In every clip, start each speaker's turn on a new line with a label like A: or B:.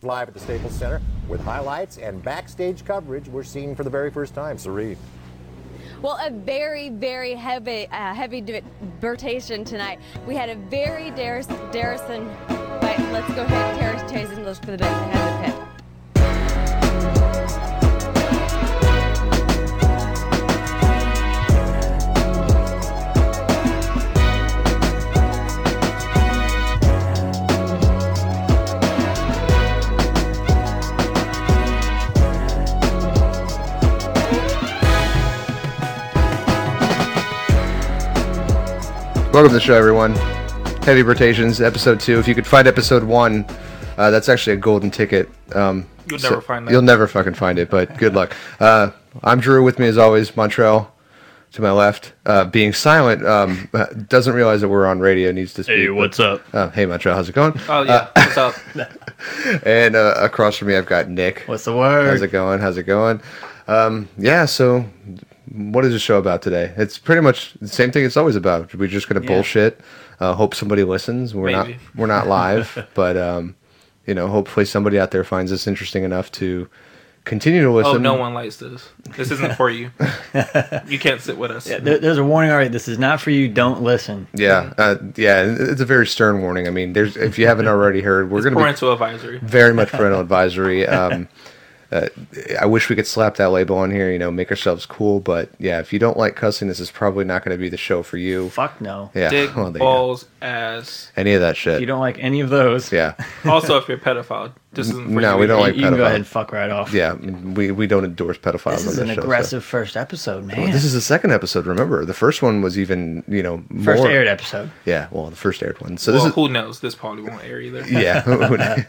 A: live at the Staples Center with highlights and backstage coverage we're seeing for the very first time. Serene.
B: Well, a very, very heavy, uh, heavy debatation tonight. We had a very Darris, Darrison. Wait, let's go ahead. Terrace Chase and look for the best ahead of the pit.
C: Welcome to the show, everyone. Heavy Rotations, episode two. If you could find episode one, uh, that's actually a golden ticket. Um,
D: You'll never find that.
C: You'll never fucking find it, but good luck. Uh, I'm Drew. With me, as always, Montreal to my left. Uh, being silent um, uh, doesn't realize that we're on radio. Needs to speak.
E: Hey, what's Uh, up?
C: Uh, hey, Montreal, how's it going?
D: Oh yeah, what's up?
C: And uh, across from me, I've got Nick.
E: What's the word?
C: How's it going? How's it going? Um, yeah, so what is the show about today? It's pretty much the same thing it's always about. We're just going to
D: Yeah.
C: bullshit. Uh, hope somebody listens. We're
D: Maybe.
C: not we're not live, but um, you know, hopefully somebody out there finds this interesting enough to continue to listen.
D: Oh, no one likes this. This isn't for you. You can't sit with us.
E: Yeah, there, there's a warning already. This is not for you. Don't listen.
C: Yeah, uh, yeah. It's a very stern warning. I mean, there's if you haven't already heard, we're
D: It's
C: going to be
D: parental advisory.
C: very much parental advisory. Um, uh, I wish we could slap that label on here. You know, make ourselves cool. But yeah, if you don't like cussing, this is probably not going to be the show for you.
E: Fuck no.
C: Yeah,
D: Dick,
C: well, there you go.
D: balls, ass.
C: any of that shit.
E: If you don't like any of those,
C: Yeah,
D: Also, if you're a pedophile, this isn't for
C: No,
D: you.
C: we don't
E: you,
C: like
E: you can
C: pedophile.
E: go ahead and fuck right off.
C: yeah. We we don't endorse pedophiles.
E: This
C: on
E: is an
C: show, so-
E: aggressive first episode, man.
C: This is the second episode. Remember, the first one was even you know more.
E: first aired episode.
C: Yeah, well, the first aired one. So
D: Well,
C: this is
D: who knows? This probably won't air either.
C: yeah.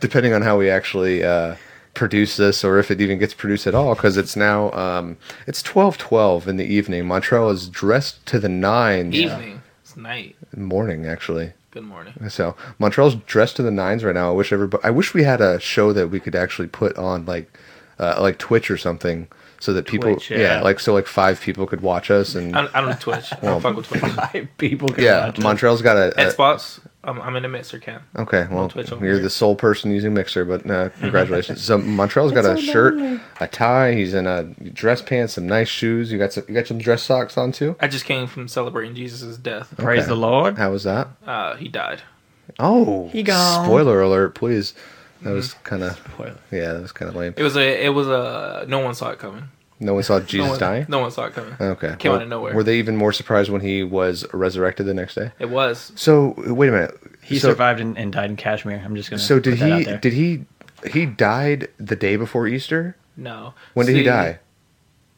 C: Depending on how we actually uh, produce this, or if it even gets produced at all, because it's now um, it's twelve twelve in the evening. Montreal is dressed to the nines.
D: Evening. It's night.
C: Morning, actually.
D: Good morning.
C: So Montreal's dressed to the nines right now. I wish everybody. I wish we had a show that we could actually put on like, uh, like Twitch or something, so that people,
E: Twitch,
C: yeah.
E: yeah.
C: like so like five people could watch us and
D: I, I don't Twitch. I don't fuck with Twitch.
C: uh,
E: Five people can
C: yeah.
E: watch it.
C: Montreal's got a, a-
D: Xbox. I'm, I'm in a mixer camp.
C: Okay, well,
D: Twitch over
C: you're
D: here.
C: the sole person using Mixer, but uh, congratulations. so Montreal's got a shirt, a tie. He's in a dress pants, some nice shoes. You got some, you got some dress socks on too.
D: I just came from celebrating Jesus' death.
E: Praise
C: Okay.
E: the Lord.
C: How was that?
D: Uh, he died.
C: Oh,
E: He gone.
C: spoiler alert, please. That was
D: Mm-hmm.
C: kind of
E: Spoiler.
C: yeah, that was kind of lame.
D: It was a. It was a. No one saw it coming.
C: No one saw
D: No
C: Jesus
D: one,
C: dying.
D: No one saw it coming.
C: Okay,
D: Came
C: well,
D: out of nowhere.
C: Were they even more surprised when he was resurrected the next day?
D: It was.
C: So wait a minute.
E: He
C: so,
E: survived and, and died in Kashmir. I'm just gonna.
C: So did
E: put that
C: he?
E: out there.
C: Did he? He died the day before Easter.
D: No.
C: When did he
D: See,
C: die?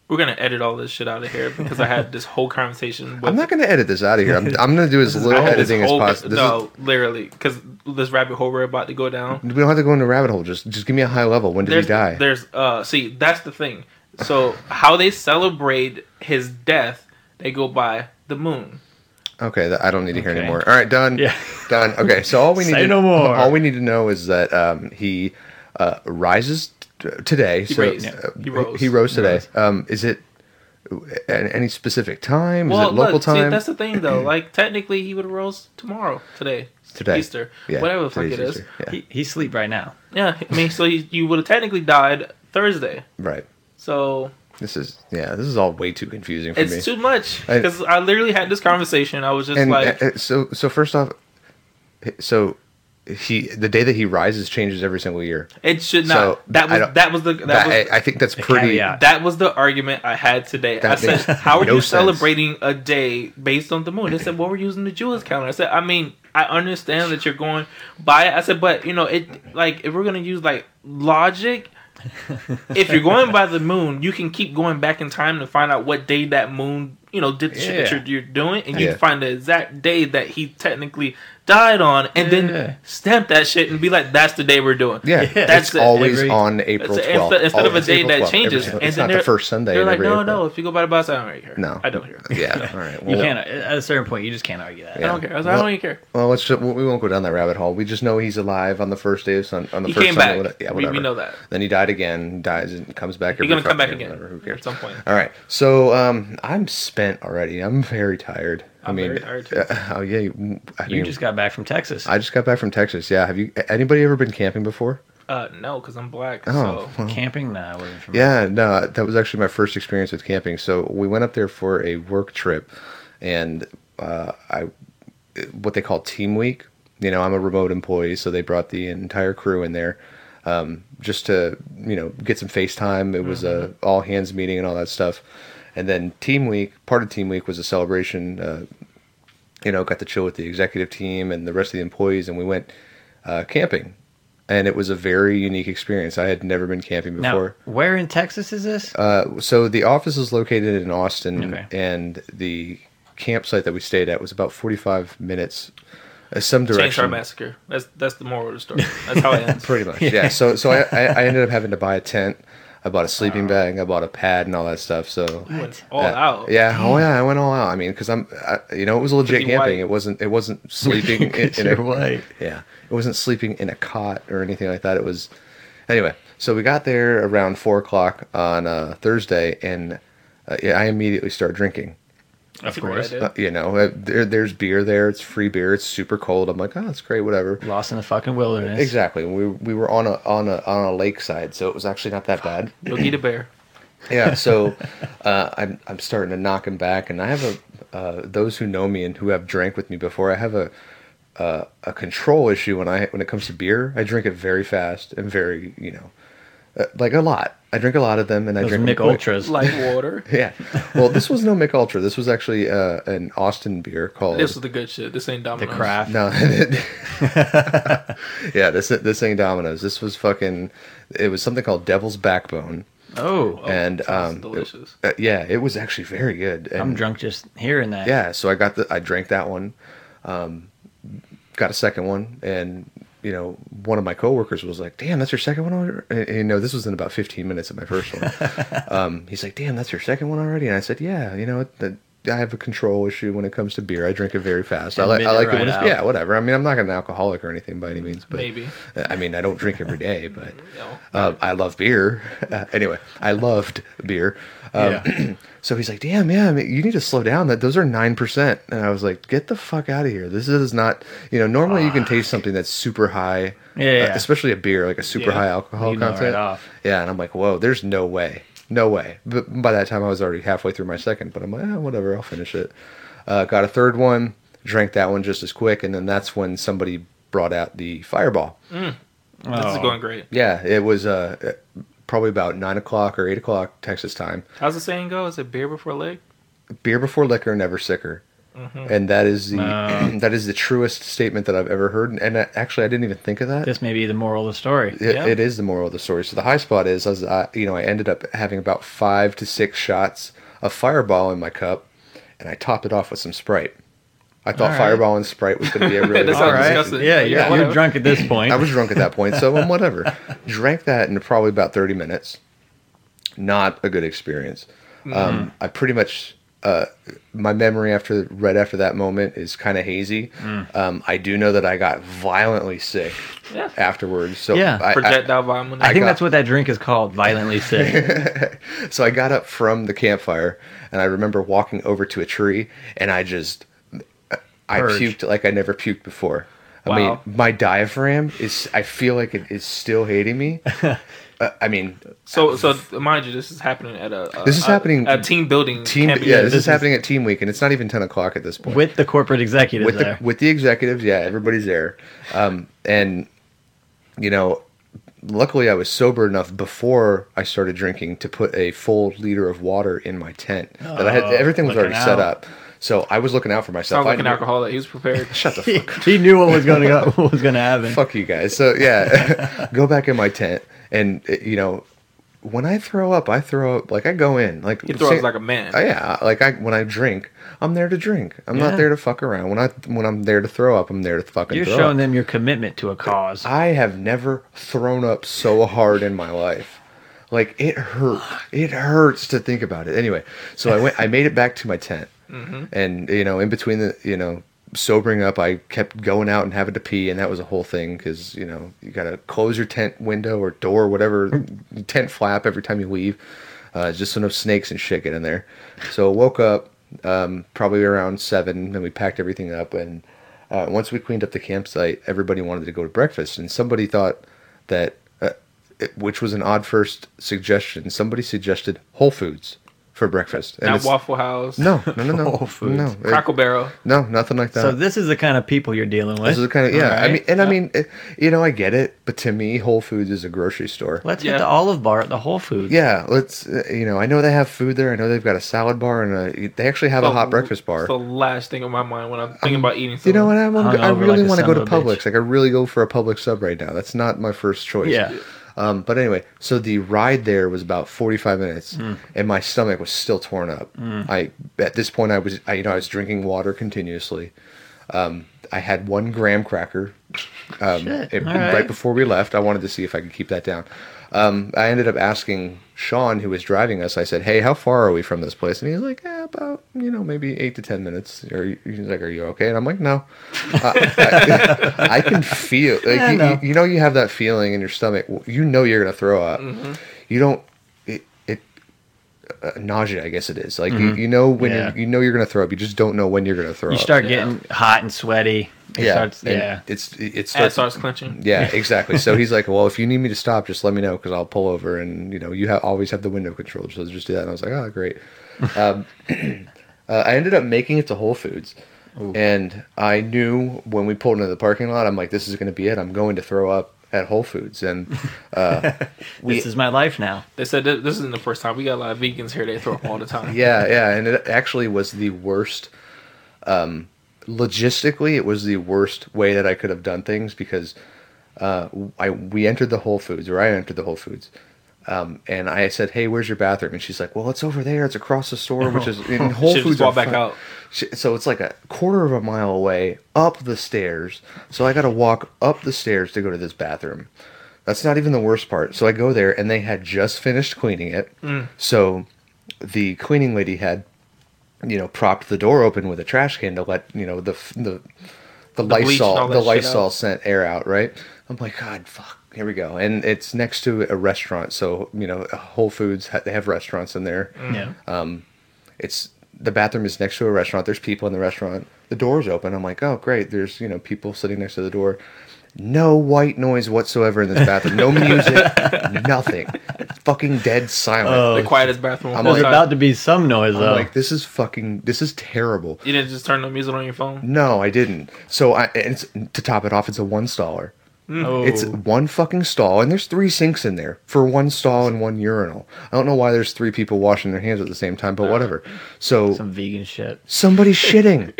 D: We're gonna edit all this shit out of here because I had this whole conversation. With
C: I'm not going to edit this out of here. I'm, I'm going to do as
D: I
C: little
D: had this
C: editing as
D: whole-
C: possible. This is-
D: No, literally, because this rabbit hole we're about to go down.
C: we don't have to go into rabbit hole. Just just give me a high level. When did
D: There's,
C: he die?
D: there's, uh, see, that's the thing. So how they celebrate his death, they go by the moon.
C: okay, that, I don't need to hear
E: Okay.
C: anymore. All right, done.
E: Yeah.
C: done. Okay, so all we need
E: Say
C: to,
E: no more.
C: All we need to know is that um, he uh, rises t- today. so
D: raised.
C: uh,
D: He rose.
C: He rose today.
E: rose.
C: Um, is it at any specific time? is
D: Well,
C: it local
D: look, see,
C: time?
D: that's the thing though. Like technically, he would have rose tomorrow, today,
C: today,
D: Easter,
C: Yeah,
D: whatever the fuck
C: today's
D: it is.
C: Easter. Yeah.
E: He, he's asleep right now.
D: Yeah, I mean, so you, you would have technically died Thursday.
C: right.
D: So
C: This is yeah. This is all way too confusing for
D: it's
C: me.
D: too much
C: I-
D: because I, literally had this conversation. I was just
C: and
D: like,
C: uh, uh, so so first off so he the day that he rises changes every single year
D: it should not.
C: so
D: that
C: I
D: was
C: don't-
D: that was the that,
C: that,
D: was,
C: I, I think that's pretty
E: caveat.
D: That was the argument I had today.
C: That
D: I said,
C: makes
D: "How are
C: no
D: you
C: sense.
D: celebrating a day based on the moon?" They said, "Well, we're using the Jewish calendar." I said, "I mean, I understand that you're going by it." I said, "But you know, it like if we're gonna use like logic, if you're going by the moon, you can keep going back in time to find out what day that moon." You know, did the shit that
E: Yeah.
D: you're, you're doing, and you
C: Yeah.
D: find the exact day that he technically died on, and
E: Yeah.
D: then stamp that shit and be like, "That's the day we're doing."
C: yeah,
D: That's
C: it's
D: it.
C: always
E: Every-
C: on april 12th
D: It's- instead- instead of a
C: Always.
D: day
C: April
D: that
C: 12th, every
D: changes,
C: single-
D: and
C: it's
D: then
C: not the
D: they're-
C: first sunday
D: They're
C: in
D: like,
C: every
D: no,
C: April.
D: no. If you go by the bus, I don't really care.
C: no
D: I don't care.
C: yeah all right
E: You
C: well,
E: can't. At a certain point, you just can't argue that.
D: I don't care. I, was like, I don't even care.
C: well let's just, we won't go down that rabbit hole we just know he's alive on the first day of sun on the
D: He
C: first
D: came
C: sunday
D: back.
C: whatever- yeah,
D: We- we
C: whatever.
D: know that.
C: then he died again dies and comes back
D: You're
C: every
D: gonna come back
C: fucking year,
D: again
C: whatever, who cares
D: at some point.
C: All right, so um, I'm spent already. I'm very tired. I
D: I'm
C: mean,
D: very tired, too.
C: uh, oh yeah, you, I
E: You
C: mean,
E: just got back from Texas.
C: I just got back from Texas. Yeah, have you anybody ever been camping before?
D: Uh, no, because I'm black.
C: Oh,
D: so
E: Camping? Nah, it wasn't for me.
C: Yeah, no, that was actually my first experience with camping. So we went up there for a work trip, and uh, I, what they call team week. You know, I'm a remote employee, so they brought the entire crew in there, um, just to you know get some FaceTime. It was a
E: Mm-hmm.
C: all hands meeting and all that stuff, and then team week. Part of team week was a celebration. Uh, you know, got to chill with the executive team and the rest of the employees, and we went uh, camping. And it was a very unique experience. I had never been camping
E: Now,
C: before.
E: where in Texas is this?
C: Uh, so the office is located in Austin,
E: Okay.
C: and the campsite that we stayed at was about 45 minutes, uh, some
D: Chainsaw
C: direction.
D: Massacre. That's that's the moral of the story. That's how it ends.
C: Pretty much, yeah. So so I, I, I ended up having to buy a tent. I bought a sleeping bag. I bought a pad and all that stuff. So
D: Went all
C: yeah.
D: out.
C: Yeah, oh yeah, I went all out. I mean, because I'm, I, you know, it was legit
D: Pretty
C: camping.
D: white.
C: It wasn't, it wasn't sleeping in, in a
E: You're white.
C: yeah, it wasn't sleeping in a cot or anything like that. It was, anyway. So we got there around four o'clock on uh, Thursday, and uh, yeah, I immediately started drinking.
E: Of
D: a great
E: course.
D: idea.
C: Uh, you know, uh, there, there's beer there. It's free beer. It's super cold. I'm like, oh, that's great. Whatever.
E: Lost in the fucking wilderness.
C: Exactly. We we were on a on a on a lakeside, so it was actually not that bad.
D: Yogi the Bear.
C: yeah so uh, I'm, I'm starting to knock him back and i have a uh, those who know me and who have drank with me before i have a uh, a control issue when i when it comes to beer i drink it very fast and very you know uh, like a lot i drink a lot of them and i
E: Those
C: drink
E: Mick
C: them quick.
E: Ultras.
D: Like water.
C: yeah well this was no mick ultra this was actually uh, an austin beer called
D: This is the good shit. This ain't
E: the
D: Domino's.
E: craft.
C: no, yeah, this this ain't Domino's. This was fucking. It was something called Devil's Backbone,
E: Oh,
C: and
D: sounds
C: um,
D: delicious.
C: it- uh, yeah, it was actually very good. And,
E: I'm drunk just hearing that.
C: yeah so i got the i drank that one um, got a second one and you know one of my coworkers was like damn that's your second one already and, and, you know this was in about 15 minutes of my first one um, he's like damn that's your second one already and i said yeah you know what the, I have a control issue when it comes to beer. I drink it very fast. I like,
E: Admit
C: I
E: it
C: like it
E: right
C: when it's,
E: out.
C: yeah, whatever. I mean, I'm not an alcoholic or anything by any means, but
D: Maybe.
C: Uh, I mean, I don't drink every day, but
D: You know.
C: uh, I love beer. Uh, anyway, I loved beer. Um, so he's like, "Damn, yeah, I mean, you need to slow down. That those are nine percent." And I was like, "Get the fuck out of here. This is not. You know, normally you can taste something that's super high,
E: Ah, Yeah, yeah,
C: uh,
E: yeah.
C: especially a beer, like a super
D: Yeah.
C: high alcohol
E: You know right
C: content.
E: off.
C: Yeah, and I'm like, whoa, there's no way, no way. But by that time, I was already halfway through my second. But I'm like, eh, whatever, I'll finish it. Uh, got a third one, drank that one just as quick, and then that's when somebody brought out the fireball.
D: This is
E: Oh.
D: going great.
C: Yeah, it was uh, probably about nine o'clock or eight o'clock Texas time.
D: How's the saying go? Is it beer before leg?
C: Beer before liquor, never sicker, and that is the
E: Wow.
C: that is the truest statement that I've ever heard. And, and I- actually, I didn't even think of that.
E: This may be the moral of the story.
C: It,
D: Yeah.
C: it is the moral of the story. So the high spot is, as I, you know, I ended up having about five to six shots of Fireball in my cup, and I topped it off with some Sprite. I thought
E: right.
C: Fireball and Sprite was going to be a really
D: That
E: All
D: sounds
E: right.
D: disgusting.
E: Yeah, you're,
D: Yeah,
E: you're
D: whatever.
E: drunk at this point.
C: I was drunk at that point, so I'm whatever. Drank that in probably about 30 minutes. Not a good experience. Um, I pretty much uh, my memory after right after that moment is kind of hazy. Um, I do know that I got violently sick
D: Yeah.
C: afterwards. So
E: Yeah.
C: Uh, I- I-
D: Projectile vomit.
E: I think
C: got-
E: that's what that drink is called, violently sick.
C: so I got up from the campfire and I remember walking over to a tree and I just I
E: Purge.
C: puked like I never puked before. I
E: Wow.
C: mean, my diaphragm is I feel like it is still hating me. uh, I mean,
D: so so mind you, this is happening at a, a
C: This is
D: a-
C: happening-
D: a team building
C: team
D: camping.
C: yeah, this,
E: this
C: is happening at team week and it's not even 10 o'clock at this point.
E: with the corporate executive
C: with
E: there.
C: the with the executives. Yeah, everybody's there, um, and you know, luckily I was sober enough before I started drinking to put a full liter of water in my tent that I had.
E: Oh,
C: Everything was
E: looking
C: already set
E: out.
C: up, so I was looking out for myself.
D: Sounds like
C: I
D: an
C: knew-
D: alcoholic. He was prepared.
C: Shut the fuck
E: he knew what was going to go, what was going to happen.
C: fuck you guys. So yeah, go back in my tent, and uh, you know, when I throw up, I throw up like I go in like
D: He throws
C: same-
D: like a man.
C: Uh, yeah, like I when I drink, I'm there to drink. I'm
E: Yeah.
C: not there to fuck around. When I when I'm there to throw up, I'm there to fucking.
E: You're
C: throw
E: showing
C: up.
E: them your commitment to a cause.
C: I have never thrown up so hard in my life. Like it hurt. It hurts to think about it. Anyway, so I went. I made it back to my tent, and you know, in between the you know sobering up, I kept going out and having to pee, and that was a whole thing because you know you gotta close your tent window or door, whatever tent flap every time you leave, uh, just so no snakes and shit get in there. So I woke up um, probably around seven, and we packed everything up and uh, once we cleaned up the campsite, everybody wanted to go to breakfast, and somebody thought that which was an odd first suggestion. Somebody suggested Whole Foods for breakfast. And
D: Not
C: it's-
D: Waffle House.
C: No, no, no, no.
E: Whole Foods.
C: No, it-
D: Crackle Barrel.
C: no, nothing like that.
E: So this is the kind of people you're dealing with.
C: This is kind of yeah.
E: All
C: I
E: right.
C: mean, and I mean, it, you know, I get it, but to me, Whole Foods is a grocery store.
E: let's
D: Yeah.
E: hit the Olive Bar at the Whole Foods.
C: yeah, let's. uh, You know, I know they have food there. I know they've got a salad bar and a. They actually have a hot breakfast bar.
D: It's the last thing on my mind when I'm thinking about eating.
C: you know what? I, want I
E: Hungover
C: really
E: like a
C: want to go
E: son
C: to
E: of a bitch.
C: Publix. Like I really go for a Publix sub right now. That's not my first choice.
E: Yeah.
C: Um, but anyway, so the ride there was about forty-five minutes,
E: Hmm.
C: and my stomach was still torn up. I at this point I was, I, you know, I was drinking water continuously. Um, I had one graham cracker um,
E: Shit,
C: it-
E: all
C: right.
E: right.
C: before we left. I wanted to see if I could keep that down. Um, I ended up asking Sean, who was driving us. I said, "Hey, how far are we from this place?" And he's like, eh, "About you know maybe eight to ten minutes." Or he's like, "Are you okay?" And I'm like, "No." Uh, I, I can feel like
E: Yeah, I
C: you,
E: know.
C: you know you have that feeling in your stomach. You know you're gonna throw up. You don't. It, it uh, nausea, I guess it is. Like you, you know when
E: Mm-hmm. Yeah.
C: you're, you know you're gonna throw up. You just don't know when you're gonna throw
E: You
C: up.
E: start getting hot and sweaty. It
C: yeah,
E: starts-
C: and
E: yeah.
C: It's it it
D: Ass
C: starts
D: starts clenching.
C: yeah, exactly. So he's like, "Well, if you need me to stop, just let me know because I'll pull over." And you know, you ha- always have the window controller, so just do that. And I was like, "Oh, great." Um, uh, I ended up making it to Whole Foods, and I knew when we pulled into the parking lot, I'm like, "This is going to be it. I'm going to throw up at Whole Foods." And we-
E: this is my life now.
D: They said this, this isn't the first time. We got a lot of vegans here. They throw up all the time.
C: yeah, yeah, and it actually was the worst. Um, logistically, it was the worst way that I could have done things because uh, I we entered the Whole Foods or I entered the Whole Foods. Um, and I said, "Hey, where's your bathroom?" And she's like, "Well, it's over there. It's across the store, which is in Whole
D: Should've Oh. just
C: Foods." are
D: walked back
C: fine."
D: out.
C: She- So it's like a quarter of a mile away up the stairs. So I got to walk up the stairs to go to this bathroom. That's not even the worst part. So I go there, and they had just finished cleaning it.
D: Mm.
C: So the cleaning lady had, you know, propped the door open with a trash can to let you know the f- the the,
D: bleach and
C: Lysol
D: all that
C: the
D: shit out.
C: Lysol scent air out. Right. I'm like, God, fuck. Here we go. And it's next to a restaurant, so you know, Whole Foods ha- they have restaurants in there
D: Mm.
E: Yeah.
C: it's the bathroom is next to a restaurant. There's people in the restaurant. The door's open. I'm like, oh great. There's you know people sitting next to the door. No white noise whatsoever in this bathroom. No music. nothing. Fucking dead silent.
D: The quietest bathroom.
C: I'm
E: There's
C: like-
D: outside.
E: about to be some noise
C: I'm
E: though.
C: like, this is fucking. This is terrible.
D: you didn't just turn the music on your phone.
C: No, I didn't. So I and it's, to top it off, it's a one staller. It's one fucking stall, and there's three sinks in there for one stall and one urinal. I don't know why there's three people washing their hands at the same time, but whatever. So
E: some vegan shit.
C: Somebody's shitting.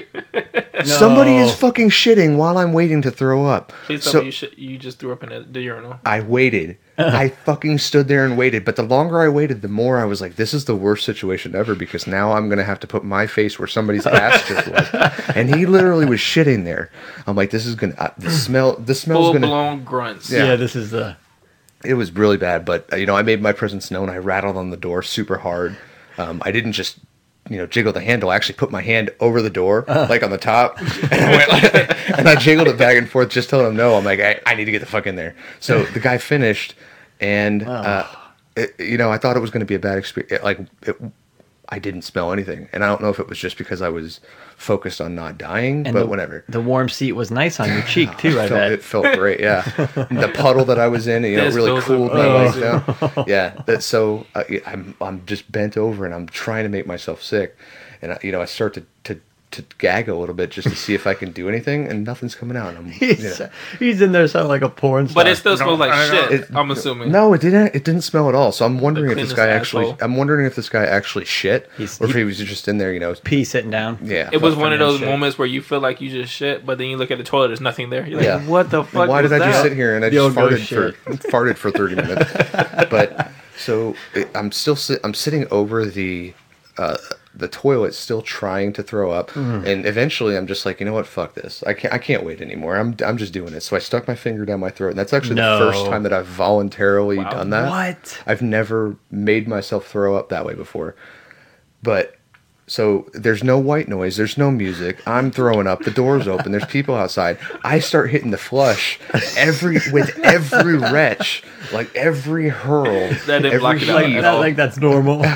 C: Somebody is fucking shitting while I'm waiting to throw up.
D: Please tell
C: so
D: me you, sh- you just threw up in the, the urinal.
C: I waited. I fucking stood there and waited. But the longer I waited, the more I was like, this is the worst situation ever because now I'm going to have to put my face where somebody's ass just was. And he literally was shitting there. I'm like, this is going to, uh, the smell, the smell's
D: Full
C: going to,
D: blown grunts.
C: Yeah.
E: Yeah. this is the
C: it was really bad. But, uh, you know, I made my presence known. I rattled on the door super hard. Um, I didn't just, you know, jiggle the handle. I actually put my hand over the door, like on the top, and I jiggled it back and forth, just telling him no. I'm like, I, I need to get the fuck in there. So the guy finished, and uh, it, you know, I thought it was going to be a bad experience. Like, it, I didn't smell anything, and I don't know if it was just because I was focused on not dying, but
E: the,
C: whatever.
E: The warm seat was nice on your cheek too. I
C: It felt,
E: bet.
C: it felt great, yeah. the puddle that I was in, you know,
D: This
C: really
D: goes
C: cooled
D: with
C: my
D: me.
C: legs
E: Oh.
C: down. Yeah, that, so uh, yeah, I'm I'm just bent over and I'm trying to make myself sick, and I, you know I start to, to to gag a little bit just to see if I can do anything, and nothing's coming out. I'm, you
E: He's,
C: know.
E: he's in there sounding like a porn star.
D: But it still smells like shit.
C: It-
D: I'm assuming.
C: No, it didn't. It didn't smell at all. So I'm wondering if this
D: cleanest
C: guy actually.
D: asshole.
C: I'm wondering if this guy actually shit,
E: He's-
C: or if
E: he-
C: he was just in there. You know,
E: pee sitting down.
C: yeah.
D: It was one of those
E: shit.
D: moments where you feel like you just shit, but then you look at the toilet, there's nothing there. You're like,
C: Yeah.
D: what the fuck?
C: Why
D: was
C: did I just
D: that?
C: sit here and I
E: The
C: just
E: old
C: farted
E: ghost
C: for farted for thirty minutes? but so it, I'm still sit, I'm sitting over the uh, the toilet, still trying to throw up,
E: Mm.
C: and eventually I'm just like, you know what, fuck this, I can't I can't wait anymore. I'm I'm just doing it. So I stuck my finger down my throat, and that's actually
E: No.
C: the first time that I've voluntarily done that.
E: What?
C: I've never made myself throw up that way before, but. So there's no white noise, there's no music. I'm throwing up. The door's open. There's people outside. I start hitting the flush every with every retch, like every hurl,
D: That didn't
C: every
D: block it out
E: Like,
C: heave.
D: at
E: not
D: all.
E: like that's normal.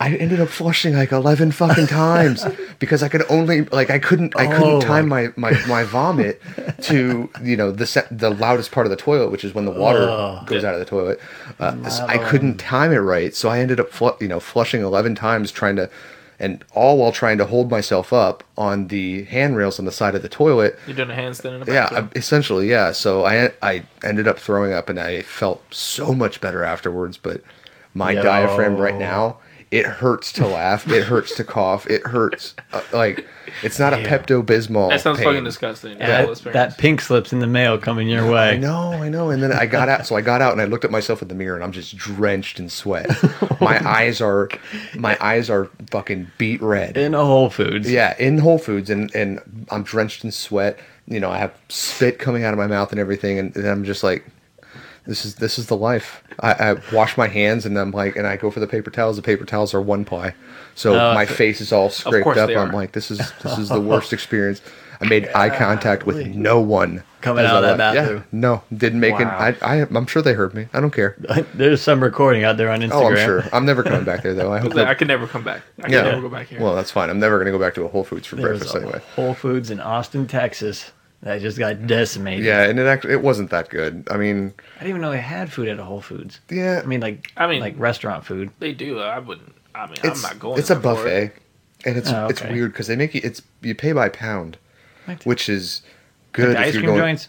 C: I ended up flushing like eleven fucking times because I could only like I couldn't I couldn't
E: Oh,
C: time my, my my vomit to you know the se- the loudest part of the toilet, which is when the water goes out of the toilet. Uh, so I couldn't time it right, so I ended up flu- you know flushing eleven times trying to, and all while trying to hold myself up on the handrails on the side of the toilet.
D: You're doing a handstand in the
C: Yeah,
D: bathroom.
C: I- essentially, yeah. So I I ended up throwing up, and I felt so much better afterwards. But my
E: Yo.
C: diaphragm right now, it hurts to laugh. it hurts to cough. It hurts uh, like it's not a Pepto Bismol.
D: that sounds
C: pain.
D: fucking disgusting.
E: That-
D: That,
E: that, pink slips in the mail coming your way.
C: I know, I know. And then I got out. So I got out and I looked at myself in the mirror, and I'm just drenched in sweat. my eyes are, my eyes are fucking beat red.
E: In a Whole Foods.
C: Yeah, in Whole Foods, and and I'm drenched in sweat. You know, I have spit coming out of my mouth and everything, and, and I'm just like, this is this is the life. I, I wash my hands, and I'm like, and I go for the paper towels. The paper towels are one ply, so my face is all scraped
D: course
C: up.
D: they
C: I'm
D: are.
C: like, this is this is the worst experience. I made eye contact with no one
E: Coming
C: as
E: out
C: I
E: of
C: left.
E: that
C: Yeah,
E: bathroom.
C: no, didn't make
D: Wow.
C: it. I, I I'm sure they heard me. I don't care.
E: There's some recording out there on Instagram.
C: Oh, I'm sure. I'm never coming back there though. I hope.
D: I
C: that,
D: can never come back. I can
C: yeah.
D: never go back here.
C: Well, that's fine. I'm never going to go back to a Whole Foods for
E: There was
C: breakfast
E: a
C: anyway. Mm.
E: Whole Foods in Austin, Texas that just got decimated.
C: Yeah, and it actually it wasn't that good. I mean,
E: I didn't even know they had food at a Whole Foods.
C: Yeah.
E: I mean like
D: I mean-
E: like restaurant food.
D: they do. I wouldn't. I mean,
C: it's
D: I'm not going.
C: it's a
D: there for it.
C: buffet, and it's
E: Oh,
C: it's
E: okay.
C: weird because they make you it's you pay by pound,
E: What?
C: which is
E: Like
C: good.
E: the
C: if
E: ice
C: you're
E: cream
C: going,
E: joints?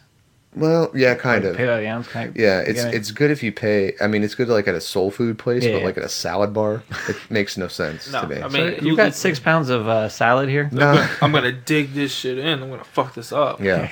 C: Well, yeah, kind of.
E: Pay by the ounce kind of-
C: Yeah, it's
E: Yeah.
C: it's good if you pay. I mean, it's good like at a soul food place,
E: Yeah,
C: but
E: yeah.
C: like at a salad bar, it makes no sense
D: No,
C: to me.
D: I
E: So
D: mean,
E: you
D: you-
E: got six pounds of uh, salad here?
C: no,
D: I'm gonna dig this shit in. I'm gonna fuck this up.
C: yeah,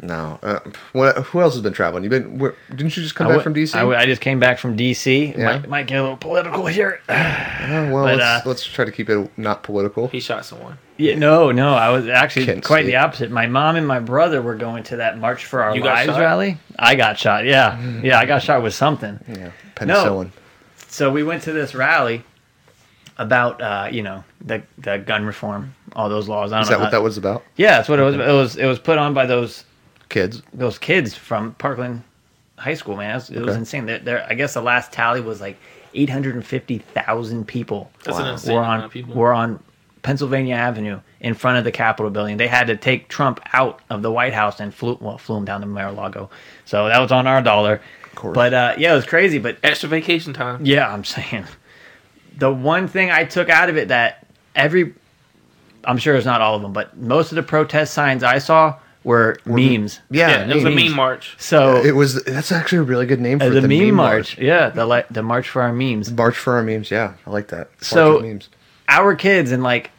C: no. Uh, what, who else has been traveling? You've been? Where, didn't you just come
E: I
C: back
E: went-
C: from DC?
E: I, went- I just came back from DC.
C: Yeah.
E: Might, might get a little political here.
C: oh, well,
E: but,
C: let's,
E: uh,
C: let's try to keep it not political.
D: He shot someone.
E: Yeah, no, no. I was actually
C: Can't
E: quite
C: sleep.
E: the opposite. My mom and my brother were going to that March for Our
D: You got
E: Lives
D: shot?
E: rally. I got shot. Yeah, yeah. I got shot with something.
C: Yeah, penicillin.
E: So we went to this rally about uh, you know the the gun reform, all those laws. I don't
C: Is
E: know
C: that what
E: how-
C: that was about?
E: Yeah, that's what it was. It was it was put on by those
C: Kids.
E: those kids from Parkland High School, man. It was, it was
C: Okay.
E: insane. They're, they're, I guess the last tally was like 850,000 people.
D: That's an insane
E: were
D: amount
E: on,
D: of people.
E: were on Pennsylvania Avenue in front of the Capitol building. They had to take Trump out of the White House and flew, well, flew him down to Mar-a-Lago. So that was on our dollar. Of
C: course.
E: But uh, yeah, it was crazy. But
D: Extra vacation time.
E: yeah, I'm saying the one thing I took out of it that every, I'm sure it's not all of them, but most of the protest signs I saw were, memes.
D: Yeah, it was a
C: memes.
D: meme march.
E: So
C: It was. That's actually a really good name for
E: Uh,
C: it,
E: the, meme, march. Yeah, the li- the march for our memes.
C: March for our memes. Yeah, I like that. March
E: So-
C: of memes.
E: Our kids and like,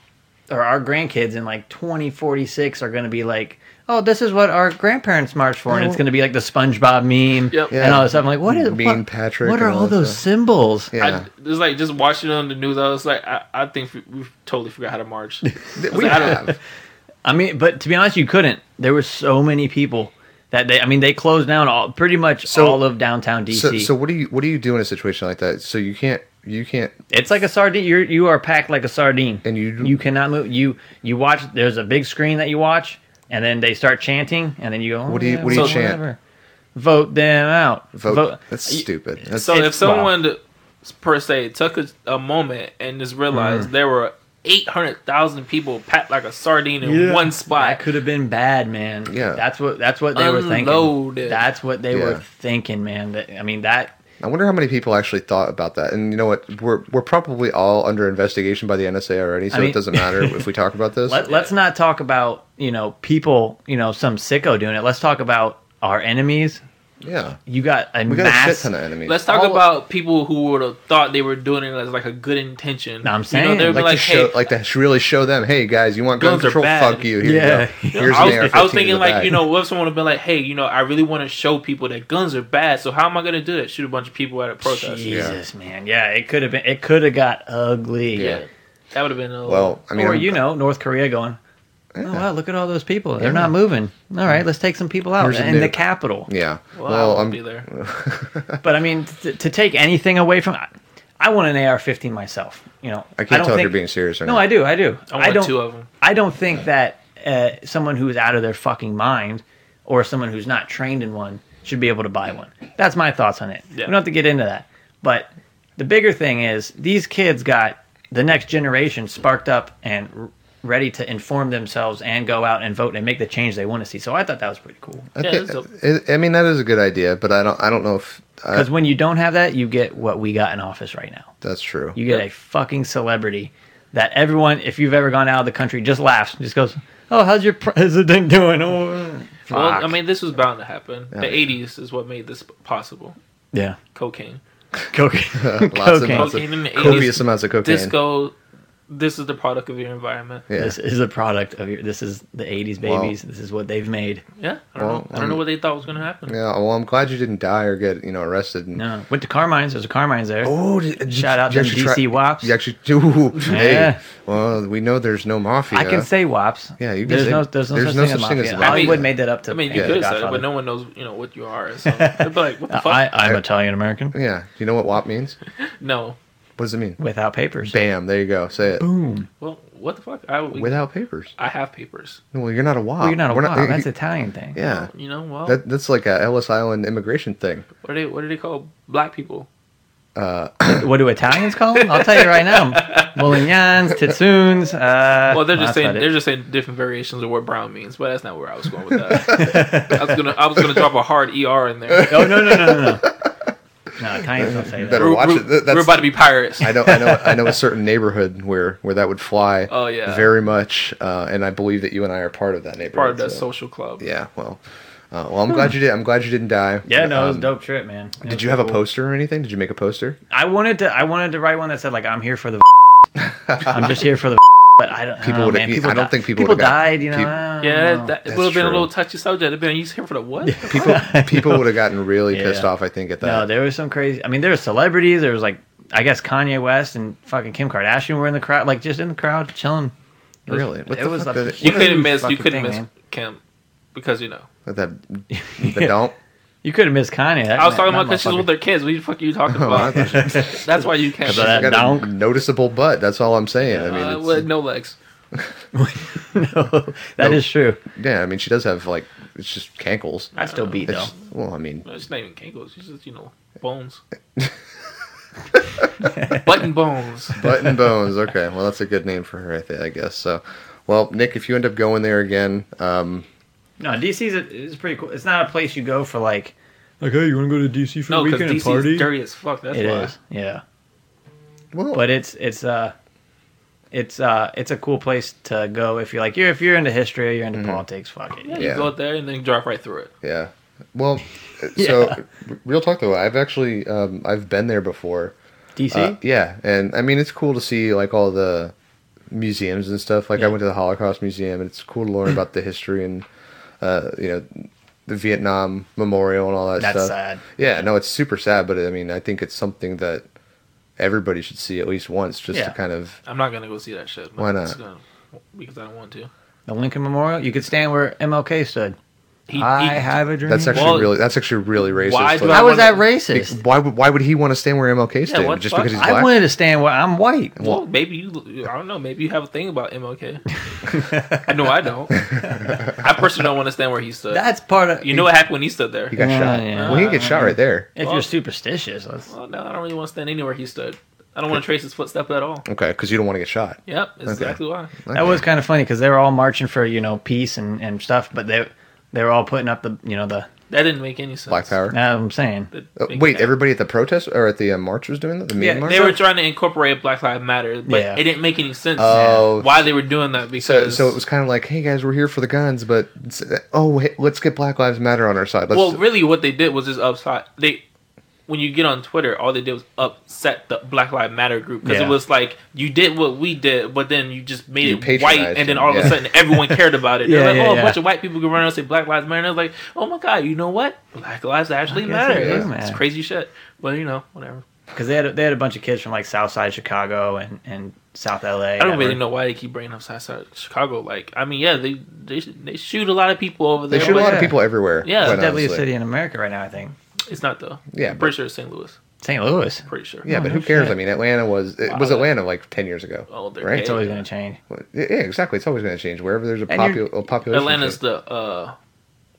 E: or our grandkids in like 2046 are going to be like, oh, this is what our grandparents marched for, and it's going to be like the SpongeBob meme
D: Yep.
E: and
C: Oh. Yeah.
E: all this stuff. I'm like, what is
C: Mean
E: what,
C: Patrick
E: What are
C: and all
E: all
C: that
E: those
C: stuff.
E: symbols?
C: yeah,
D: I, it's like just watching it on the news. I was like, I, I think we, we totally forgot how to march.
C: we
D: I don't-
C: have.
E: I mean, but to be honest, you couldn't. There were so many people that they. I mean, they closed down all pretty much
C: So-
E: all of downtown DC.
C: So, so what do you what do you do in a situation like that? So you can't you can't
E: It's like a sardine. You're you are packed like a sardine,
C: And you-
E: you cannot move. You you watch. There's a big screen that you watch, and then they start chanting, and then you go. Oh,
C: What do you-
E: yeah,
C: what do you
E: well,
C: chant?
E: Vote them out.
C: vote. That's stupid. That's,
D: So if
E: It's- wow.
D: someone per se took a, a moment and just realized there were eight hundred thousand people packed like a sardine in
E: Yeah.
D: one spot,
E: That could have been bad, man.
C: Yeah.
E: that's what that's what they were thinking.
D: Unloaded.
E: That's what they
C: Yeah.
E: were thinking, man. That, I mean, that
C: I wonder how many people actually thought about that. And you know what? We're we're probably all under investigation by the NSA already, so
E: I mean-
C: it doesn't matter if we talk about this.
E: Let, Let's not talk about you know people you know some sicko doing it. Let's talk about our enemies.
C: yeah,
E: You got a
C: we got a
E: mass.
C: shit ton of enemies.
D: Let's talk
E: All-
D: about people who would have thought they were doing it as like a good intention.
E: No, I'm
D: you know,
E: saying,
D: they'd be
C: like,
D: like,
C: to show,
D: hey,
C: like to really show them, hey guys, you want gun
D: Guns are
C: control?
D: bad.
C: Fuck you. Here
E: Yeah.
C: you go. Here's
D: I
C: an
D: was,
C: AR-15
D: I
C: in
D: was
C: the
D: thinking like,
C: bag.
D: you know, what if someone would have been like, hey, you know, I really want to show people that guns are bad, so how am I going to do that? Shoot a bunch of people at a protest.
E: Jesus, man. Yeah, it could have been. It could have got ugly.
C: Yeah.
D: That would have been a
C: Well, I mean,
E: or
C: I'm-
E: you know, North Korea going. Oh wow! Look at all those people. They're not moving. All right, let's take some people out
C: Here's a
E: in the
C: nuke.
E: capital.
C: yeah.
D: well,
C: Well, I'm
D: I won't be there.
E: But I mean, t- to take anything away from, I, I want an AR-15 myself. You know,
C: I can't
E: don't
C: tell if
E: think-
C: you're being serious or
E: No,
C: not.
E: I do. I do.
D: I want
E: don't,
D: two of them.
E: I don't think that uh, someone who is out of their fucking mind or someone who's not trained in one should be able to buy one. That's my thoughts on it.
D: Yeah.
E: We don't have to get into that. But the bigger thing is these kids got the next generation sparked up and r- ready to inform themselves and go out and vote and make the change they want to see. So I thought that was pretty cool.
C: I,
D: Yeah,
C: think-
D: that's
C: I- I mean, that is a good idea, but I don't. I don't know if I,
E: Because when you don't have that, you get what we got in office right now.
C: that's true.
E: You get a fucking celebrity that everyone, if you've ever gone out of the country, just laughs, just goes, "Oh, how's your president doing?" Oh,
D: Well, I
E: fuck.
D: mean, this was bound to happen.
C: Yeah.
D: The '80s is what made this possible.
E: yeah,
D: Cocaine,
E: cocaine,
C: lots and
E: cocaine.
C: lots of
D: Cocaine in the 80s.
C: copious amounts of cocaine.
D: disco. This is the product of your environment.
C: Yeah.
E: This is a product of your. This is the '80s
C: Well-
E: babies. this is what they've made.
D: Yeah, I don't
C: Well,
D: know. I don't know what they thought was gonna happen.
C: Yeah. Well, I'm glad you didn't die or get you know arrested. And,
E: No, went to Carmine's. There's a Carmine's there.
C: Oh, did, did
E: Shout out
C: you
E: them
C: actually
E: DC Wops.
C: You actually do. Hey,
E: Yeah.
C: well, we know there's no mafia.
E: I can say WAPs.
C: Yeah, you can
E: there's
C: say-
E: no there's no
C: there's
E: such
C: no
E: thing,
C: such
E: as,
C: thing as
E: mafia.
C: WAPs.
E: Hollywood made that up to.
D: I mean, you
E: yeah,
D: could have said it,
E: Godfather.
D: but no one knows, you know, what you are. So they'd be like, "What the fuck?"
E: I, I'm Italian American
C: Yeah. Do you know what WAP means?
D: no.
C: What does it mean?
E: without papers.
C: Bam. There you go. Say it.
E: Boom.
D: Well, what the fuck? I we,
C: Without papers.
D: I have papers.
C: Well, you're not a WAP.
E: Well, you're not a Oh.
C: We're
E: WAP. That's
C: you-
E: Italian thing.
C: Yeah.
D: You know, well,
C: That, that's like a Ellis Island immigration thing.
D: what do they what do they call black people?
E: What do Italians call them? I'll tell you right now. Molignans, Titsunes. Uh,
D: Well, they're just
E: that's
D: saying
E: about it.
D: they're just saying different variations of what brown means, but that's not where I was going with that. I was gonna I was gonna drop a hard er in there.
E: Oh no no no no no. No, Italians don't say
C: Better
E: that.
D: We're,
C: watch
D: we're-
C: it. That- that's-
D: we're about to be pirates.
C: I know, I know, I know a certain neighborhood where where that would fly.
D: Oh, yeah.
C: very much. Uh, and I believe that you and I are part of that neighborhood.
D: Part of that
C: so-
D: social club.
C: Yeah. Well, uh, well, I'm glad you did. I'm glad you didn't die.
E: Yeah, no, it was a
C: Um,
E: dope trip, man. It
C: Did
E: was
C: you have a
E: cool.
C: poster or anything? Did you make a poster?
E: I wanted to. I wanted to write one that said like, "I'm here for the." I'm just here for the. But I don't.
C: People
E: People would.
C: would've-
E: man,
C: you-
E: people
C: I don't
E: di-
C: think people
E: People
C: would've got-
E: died. You know.
C: peop-
E: I don't
D: Yeah,
E: know.
D: that, it
C: That's
D: would have been a
C: true.
D: little touchy subject. It'd been, you here for the what?
C: People people would have gotten really
E: Yeah.
C: pissed off. I think at that.
E: No, there was some crazy. I mean, there were celebrities. There was like, I guess Kanye West and fucking Kim Kardashian were in the crowd, like just in the crowd chilling. It was-
C: Really? What
E: it
C: the
E: was
C: fuck
E: up
C: did
E: to-
C: it-
D: You
E: what a
D: couldn't miss. You
E: fucking
D: couldn't
E: thing,
D: miss
E: man.
D: Kim because you know.
C: But that the don't.
E: You could have missed Kanye. That,
D: I was talking
E: that
D: about because she's
E: motherfucker-
D: with their kids. What the fuck are you talking
C: Oh, I
D: about?
C: thought you-
D: That's why you can't.
E: But that
C: I got a
E: donk.
C: noticeable butt. That's all I'm saying. I mean,
D: Uh,
C: it's-
D: with no legs.
E: no, that
C: Nope.
E: is true.
C: yeah. I mean, she does have like it's just cankles.
E: I'd still beat though.
C: It's- well, I mean,
D: It's not even cankles. It's just you know bones. Button bones.
C: Butt and Bones. Okay, well, that's a good name for her, I, think, I guess. So, well, Nick, if you end up going there again, um,
E: No, DC's a, is pretty cool. It's not a place you go for like, like hey, you want to go to DC for
D: No,
E: a
D: because
E: weekend and
D: DC
E: party?
D: is dirty as fuck. That's
E: It
D: why.
E: is, yeah.
C: well,
E: But it's it's uh, it's uh, it's a cool place to go if you're like you're if you're into history or you're into politics. Fuck it.
D: Mm-hmm. Yeah,
C: Yeah.
D: you go out there and then you drive right through it.
C: yeah, well, uh, so r- real talk though, I've actually um, I've been there before.
E: DC.
C: Uh, yeah, and I mean it's cool to see like all the museums and stuff. Like I
E: Yeah.
C: went to the Holocaust Museum, and it's cool to learn about the history and uh, you know the Vietnam Memorial and all that
E: That's
C: stuff.
E: sad.
C: Yeah, no, it's super sad, but I mean I think it's something that everybody should see at least once, just
E: Yeah.
C: to kind of
D: I'm not gonna go see that shit.
C: Why not?
D: It's gonna- because I don't want to.
E: The Lincoln Memorial. You could stand where MLK stood.
D: He,
E: I
D: he-
E: have a dream.
C: that's actually
D: Mm-hmm. Well,
C: really that's actually really racist.
D: why do
C: Like,
D: I
E: How was that
D: wanna-
E: racist?
C: Why would why would he want to stand where MLK stood?
D: what the
C: just
D: fuck?
C: because he's
E: I
C: black?
E: wanted to stand where I'm white.
D: Well, maybe you. I don't know. Maybe you have a thing about MLK. I know I don't. I personally don't want to stand where he stood.
E: That's part of
D: you know what happened when he stood there?
C: He got
E: Yeah,
C: shot.
E: yeah.
C: Well, he didn't get shot right there.
E: If you're superstitious, that's
D: Well, no, I don't really want to stand anywhere he stood. I don't want to trace his footstep at all.
C: Okay, because you don't want to get shot.
D: Yep, that's exactly why.
E: that was kind of funny because they were all marching for you know peace and, and stuff, but they they were all putting up the you know the.
D: That didn't make any sense.
C: Black power.
E: Now I'm saying
D: That didn't
C: Uh,
D: make
C: wait,
D: sense.
C: everybody at the protest or at the uh, march was doing that. The
E: Yeah,
C: main march.
D: They were trying to incorporate Black Lives Matter, but
E: Yeah.
D: it didn't make any sense
C: Oh.
D: why they were doing that
C: so,
D: because
C: so it was kind of like, hey guys, we're here for the guns, but it's- oh, hey, let's get Black Lives Matter on our side. Let's
D: well, really, what they did was just upside. They when you get on Twitter, all they did was upset the Black Lives Matter group because
E: Yeah.
D: it was like you did what we did, but then you just made
C: You
D: it white,
C: patronized
D: and then
C: them,
D: all of
C: yeah.
D: a sudden everyone cared about it. They're
E: Yeah,
D: like,
E: yeah,
D: oh,
E: yeah.
D: a bunch of white people go around and say Black Lives Matter. And like, oh my god, you know what? Black lives actually
E: I guess
D: matter.
E: they do
D: It's-
E: matter.
D: It's crazy shit, but you know, whatever.
E: because they had a, they had a bunch of kids from like South Side Chicago and and South LA.
D: I don't really know why they keep bringing up South Side Chicago. Like, I mean, yeah, they they, they shoot a lot of people over
C: they
D: there.
C: shoot a
D: but
C: lot of
E: yeah.
C: people everywhere.
D: Yeah,
E: It's
C: quite
E: the deadliest
C: honestly.
E: city in America right now. I think
D: It's not though.
C: Yeah,
D: I'm
C: but-
D: pretty sure it's St. Louis.
E: St. Louis.
D: Pretty sure.
C: Yeah,
E: Oh,
C: but
E: no
C: who cares?
E: shit.
C: I mean, Atlanta was it was
D: Wow.
C: Atlanta like ten years ago,
D: Oh, they're
C: right?
E: It's always going to change.
C: Well, Yeah, exactly. It's always going to change wherever there's a,
E: And you're-
C: popu- a population.
D: Atlanta's
C: shift.
D: the uh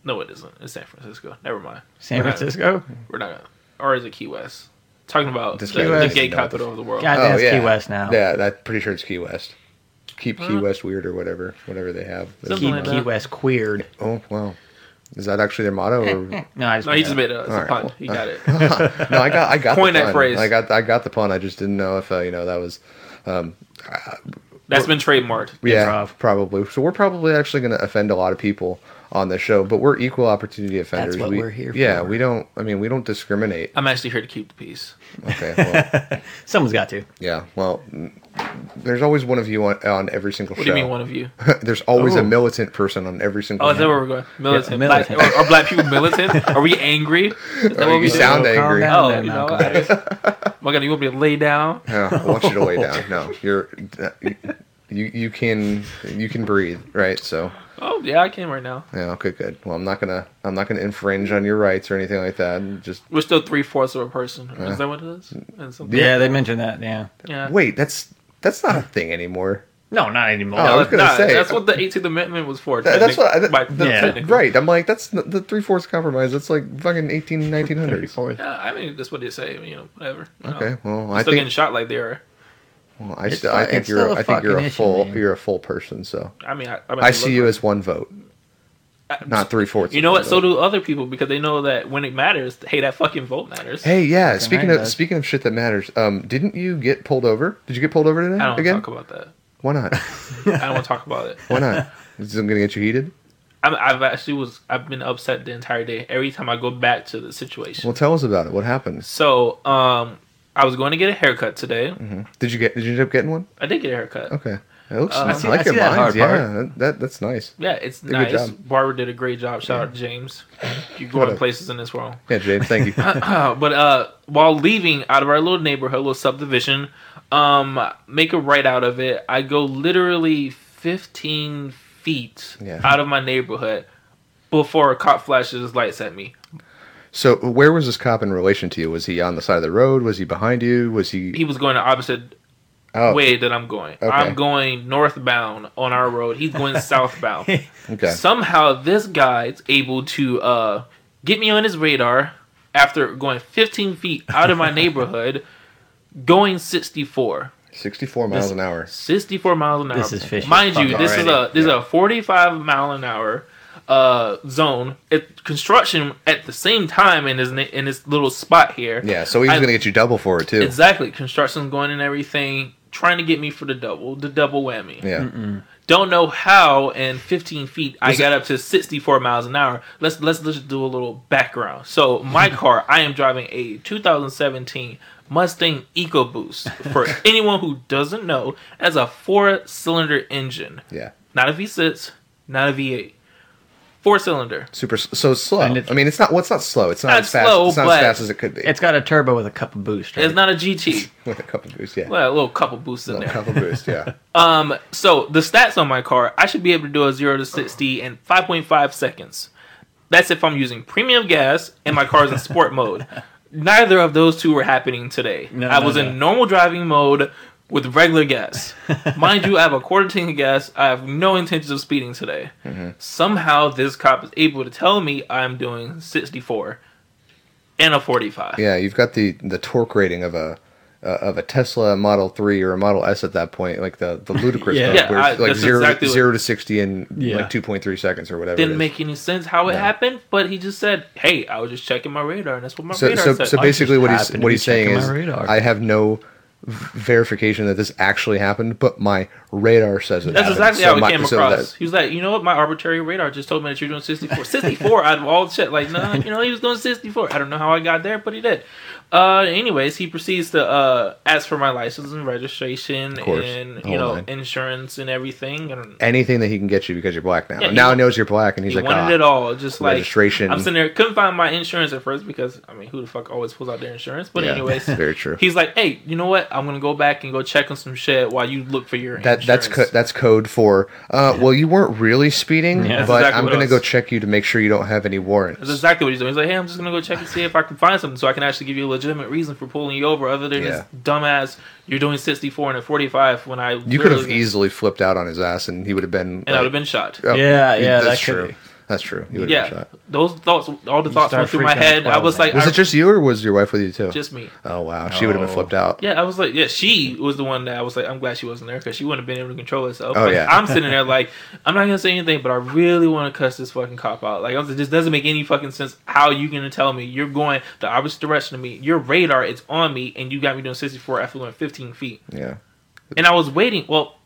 D: no it isn't. It's San Francisco. Never mind.
E: San
D: We're not-
E: Francisco.
D: We're not gonna or is it Key West? talking about the,
C: This guy
D: the
C: doesn't
D: gay
C: know
D: capital of the world.
E: God. I think it's Key West now.
C: Oh, Yeah, that pretty sure it's Key West. Keep Key
D: Huh?
C: West weird or whatever, whatever they have.
D: Something
E: Key,
D: like
E: Key
D: that.
E: West queered.
C: Oh wow, is that actually their motto? Or...
E: No, I just,
D: No, he just made a, it's a
C: All right,
D: pun.
C: well,
D: he
C: uh,
D: got it.
C: no, I got I got
D: Coin
C: the
D: that
C: pun.
D: phrase.
C: I got I got the pun. I just didn't know if uh, you know that was.
D: That's been trademarked.
C: Yeah,
E: Improv.
C: probably. So we're probably actually going to offend a lot of people on the show, but we're equal opportunity offenders.
E: what
C: we,
E: we're here
C: Yeah,
E: for.
C: we don't. I mean, we don't discriminate.
D: I'm actually here to keep the peace.
C: Okay. Well,
E: someone's got to.
C: yeah. Well, mm, there's always one of you on, on every single
D: What
C: show.
D: do you mean, one of you?
C: there's always a
E: Ooh.
C: militant person on every single.
D: Oh, is that
C: show.
D: where we're going? Militant.
E: militant.
D: Black, are, are black people militant? Are we angry? Is that
C: Or
D: what we
C: Oh, you
D: do?
C: sound
E: Calm
C: angry.
E: down.
D: Oh,
E: there,
D: you know,
E: Malcolm.
D: I just, my God, you want me to lay down?
C: Yeah, watch it way down. No, you're. You you can you can breathe, right? So
D: Oh, yeah, I can right now.
C: yeah, okay, good. Well, I'm not gonna I'm not gonna infringe
D: Hmm.
C: on your rights or anything like that. Just
D: We're still three fourths of a person. Is that what it is? And something.
E: Yeah, they mentioned that. Yeah.
D: yeah.
C: wait, that's that's not a thing anymore.
E: No, not anymore.
C: Oh, I was gonna
D: Nah,
C: say-
D: that's what the 18th Amendment was for.
C: That- that's what I,
D: technic-
C: that,
D: by-
C: that's
E: Yeah.
D: technically.
C: right. I'm like that's n- the three fourths compromise. That's like fucking 18 1900s.
E: Fourth.
D: Yeah, I mean, that's what they say. You know, whatever. You know.
C: Okay, well,
D: They're
C: I
D: still
C: think-
D: getting shot like they are.
C: Well, I
E: It's
C: still I
E: fu-
C: think
E: it's
C: you're
E: still
C: a,
E: a
C: I think you're a
E: fucking
C: full
E: issue, man.
C: you're a full person. So
D: I mean, I, I, mean,
C: I see
D: look-
C: you as one vote,
D: I-
C: not three fourths.
D: You know what? So do other people because they know that when it matters, hey, that fucking vote matters.
C: Hey, yeah. Speaking
E: right,
C: of
E: bud.
C: speaking of shit that matters, um, didn't you get pulled over? Did you get pulled over today
D: I don't
C: again?
D: want to talk about
C: Why not?
D: that. I don't want to talk about it.
C: Why not? Is it going to get you heated?
D: I'm, I've actually was I've been upset the entire day. Every time I go back to the situation.
C: Well, tell us about it. What happened?
D: So, um, I was going to get a haircut today.
C: Did you get? Did you end up getting one?
D: I did get a haircut.
C: Okay. It looks.
D: Uh,
C: I,
D: I see-
C: like
E: I see
C: your
E: that
C: lines.
E: hard
C: Yeah, that, that that's nice.
D: Yeah, it's
C: Did a good
D: nice.
C: job.
D: Barbara did a great job. Shout out to James. You're
C: What
D: going
C: up?
D: places in this world.
C: Yeah, James. Thank you.
D: but uh, while leaving out of our little neighborhood, little subdivision, um, make a right out of it. I go literally 15 feet
C: Yeah.
D: out of my neighborhood before a cop flashes his lights at me.
C: so, where was this cop in relation to you? Was he on the side of the road? Was he behind you? Was he?
D: He was going the opposite
C: oh,
D: way that I'm going.
C: Okay.
D: I'm going northbound on our road. He's going southbound.
C: Okay.
D: Somehow this guy's able to uh, get me on his radar after going 15 feet out of my neighborhood, going 64.
C: Sixty-four miles an hour.
D: 64 miles an hour.
E: This is fishy
D: Mind
E: fuck
D: you, this is a
E: already.
D: this is a 45 mile an hour uh zone. It, construction at the same time in his na- in this little spot here.
C: Yeah. So he was
D: I-
C: going to get you double for it too.
D: Exactly. Construction's going and everything, trying to get me for the double, the double whammy.
C: Yeah.
D: Don't know how in 15 feet I got up to 64 miles an hour. Let's let's just do a little background. So my car, I am driving a 2017 Mustang EcoBoost. For anyone who doesn't know, that's a four-cylinder engine,
C: Yeah.
D: not a V6, not a V8, four-cylinder.
C: Super. s- So slow.
E: And it's-
C: I mean, it's not. What's not slow? It's not,
D: Not
C: as fast.
D: slow,
C: it's not
D: but-
C: as fast as it could be.
E: It's got a turbo with a cup of boost. Right?
D: It's not a GT.
C: with a couple boost. Yeah.
D: Well, a little couple boosts in
C: a
D: there.
C: couple boost. Yeah.
D: Um, so the stats on my car, I should be able to do a zero to sixty in five point five seconds. That's if I'm using premium gas and my car's in sport mode. Neither of those two were happening today.
E: No,
D: I was
E: no,
D: in normal driving mode with regular gas. Mind you, I have a quarter tank of gas. I have no intentions of speeding today.
C: Mm-hmm.
D: Somehow, this cop is able to tell me I'm doing 64 and a 45.
C: Yeah, you've got the the torque rating of a uh, of a Tesla Model Three or a Model S at that point, like the the ludicrous
E: Yeah.
C: one,
D: Yeah,
C: where
D: I-
C: it's like
D: that's
C: zero
D: exactly what-
C: zero to sixty in
E: Yeah.
C: like two point three seconds or whatever. it
D: Didn't
C: is.
D: make any sense how it
C: No.
D: happened, but he just said, "Hey, I was just checking my radar, and that's what my
C: so
D: radar
C: so,
D: said."
C: so
D: I
C: basically what he's
E: happened to
C: what
E: be
C: he's saying
E: checking my
C: is
E: radar.
C: I have no v- verification that this actually happened, but my radar says it.
D: That's
C: happened.
D: exactly
C: So
D: how it
C: my-
D: came
C: so
D: across.
C: that-
D: he was like, you know what? My arbitrary radar just told me that you're doing 64. 64 out of all shit. Like, no, you know, he was doing 64. I don't know how I got there, but he did. Uh, anyways, he proceeds to uh, ask for my license and registration
C: course. Oh,
D: and,
C: The
D: you
C: whole
D: know,
C: nine.
D: insurance and everything. And
C: anything that he can get you because you're black now.
D: Yeah, he-
C: now he knows you're black, and he's
D: he
C: like,
D: wanted
C: "Ah."
D: it all. Just like,
C: registration.
D: I'm sitting there, couldn't find my insurance at first because, I mean, who the fuck always pulls out their insurance? But,
C: Yeah,
D: anyways.
C: very true.
D: He's like, hey, you know what? I'm gonna go back and go check on some shit while you look for your
C: That that's co-
D: insurance."
C: that's code for. Uh, well, you weren't really speeding,
E: Yeah. That's
C: but
D: exactly
C: I'm
D: what
C: going
D: it
C: to go
D: was.
C: check you to make sure you don't have any warrants.
D: That's exactly what he's doing. He's like, hey, I'm just gonna go check and see if I can find something so I can actually give you a legitimate reason for pulling you over, other than
C: Yeah.
D: this dumbass you're doing 64 and a 45 when I
C: You could have
D: literally-
C: easily flipped out on his ass, and he would have been.
D: and I
C: like-
D: would have been shot.
C: Oh,
E: Yeah, yeah,
C: that's
E: that could
C: true.
E: be.
C: That's true. You would have
D: Yeah,
C: shot.
D: those thoughts, all the
E: You
D: thoughts
E: start
D: went through my
E: freaking
D: head. I
E: out.
D: was like,
C: Was
D: I-
C: it just you, or was your wife with you too?
D: just me?
C: Oh wow, she would have been
E: Oh.
C: flipped out.
D: Yeah, I was like, yeah, she was the one that I was like, I'm glad she wasn't there because she wouldn't have been able to control herself.
C: Oh,
D: Like,
C: yeah.
D: I'm sitting there like, I'm not gonna say anything, but I really want to cuss this fucking cop out. Like, I was like, this doesn't make any fucking sense. How you gonna tell me you're going the opposite direction of me? Your radar it's on me, and you got me doing 64 after going 15 feet.
C: Yeah.
D: And I was waiting. Well,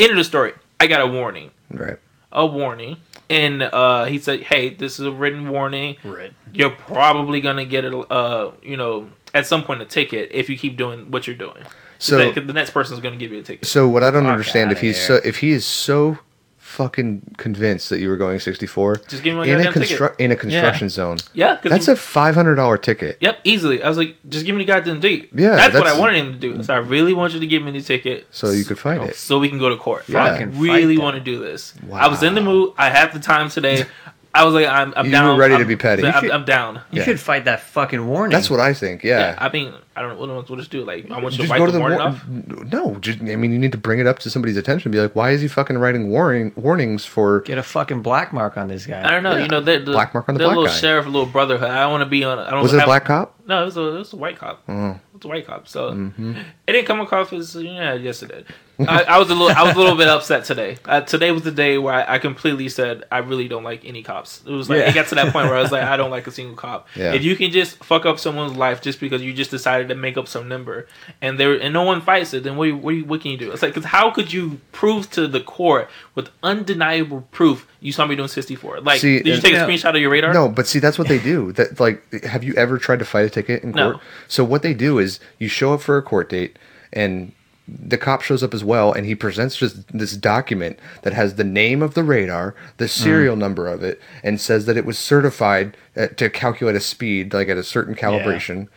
D: end of the story. I got a warning,
C: Right.
D: a warning, and uh, he said, hey, this is a written warning
E: Right.
D: you're probably gonna get a uh, you know at some point a ticket if you keep doing what you're doing.
C: So-
D: So the, the next person's gonna give you a ticket.
C: So what I don't
E: Fuck
C: understand
E: outta
C: if he's
E: here.
C: so if he is so fucking convinced that you were going 64
D: Just give him a
C: in a
D: goddamn ticket.
C: constru- in a construction zone.
D: Yeah, 'cause
C: That's
D: he-
C: a five hundred dollar ticket.
D: yep easily. I was like, just give me the goddamn ticket.
C: Yeah,
D: that's, what
C: that's-
D: I wanted him to do. So I really want you to give me the ticket.
C: So you could fight it.
D: So we can go to court.
C: Yeah.
D: I
E: Fucking fight
D: really
E: them.
D: want to do this. I was in the mood. I have the time today. I was like, I'm, I'm
C: You
D: down.
C: were ready to
D: I'm-
C: be petty. You
D: I'm,
E: should-
D: I'm down.
E: You
C: Yeah.
E: should fight that fucking warning.
C: That's what I think.
D: Yeah.
C: Yeah.
D: I mean, I don't know what else we'll just do. Like, I want you to
C: just
D: wipe
C: go to
D: the
C: the
D: warning
C: war-
D: off.
C: no. Just, I mean, you need to bring it up to somebody's attention. and Be like, why is he fucking writing warning warnings for?
E: Get a fucking black mark on this guy.
D: I don't know.
C: Yeah.
D: You know, they're, the,
C: Black mark on the
D: they're
C: black
D: little
C: guy.
D: sheriff, little brotherhood. I don't want to be on. I don't
C: Was it a
D: have-
C: black cop?
D: No, it was a, it was a white cop.
C: Mm-hmm.
D: It was a white cop. So it didn't come across as yeah. Yes, it did. I, I was a little I was a little bit upset today. Uh, today was the day where I, I completely said I really don't like any cops. It was like
E: Yeah.
D: it got to that point where I was like I don't like a single cop.
C: Yeah.
D: If you can just fuck up someone's life just because you just decided to make up some number and there and no one fights it, then what do you- what, do you, what can you do? It's like 'cause how could you prove to the court with undeniable proof you saw me doing sixty four? Like
C: See,
D: did you
C: and-
D: take
E: Yeah.
D: a screenshot of your radar?
C: No, but see, that's what they do. That like, have you ever tried to fight a ticket in
D: No.
C: court? So what they do is you show up for a court date, and the cop shows up as well, and he presents just this document that has the name of the radar, the
D: Mm.
C: serial number of it, and says that it was certified uh, to calculate a speed like at a certain calibration,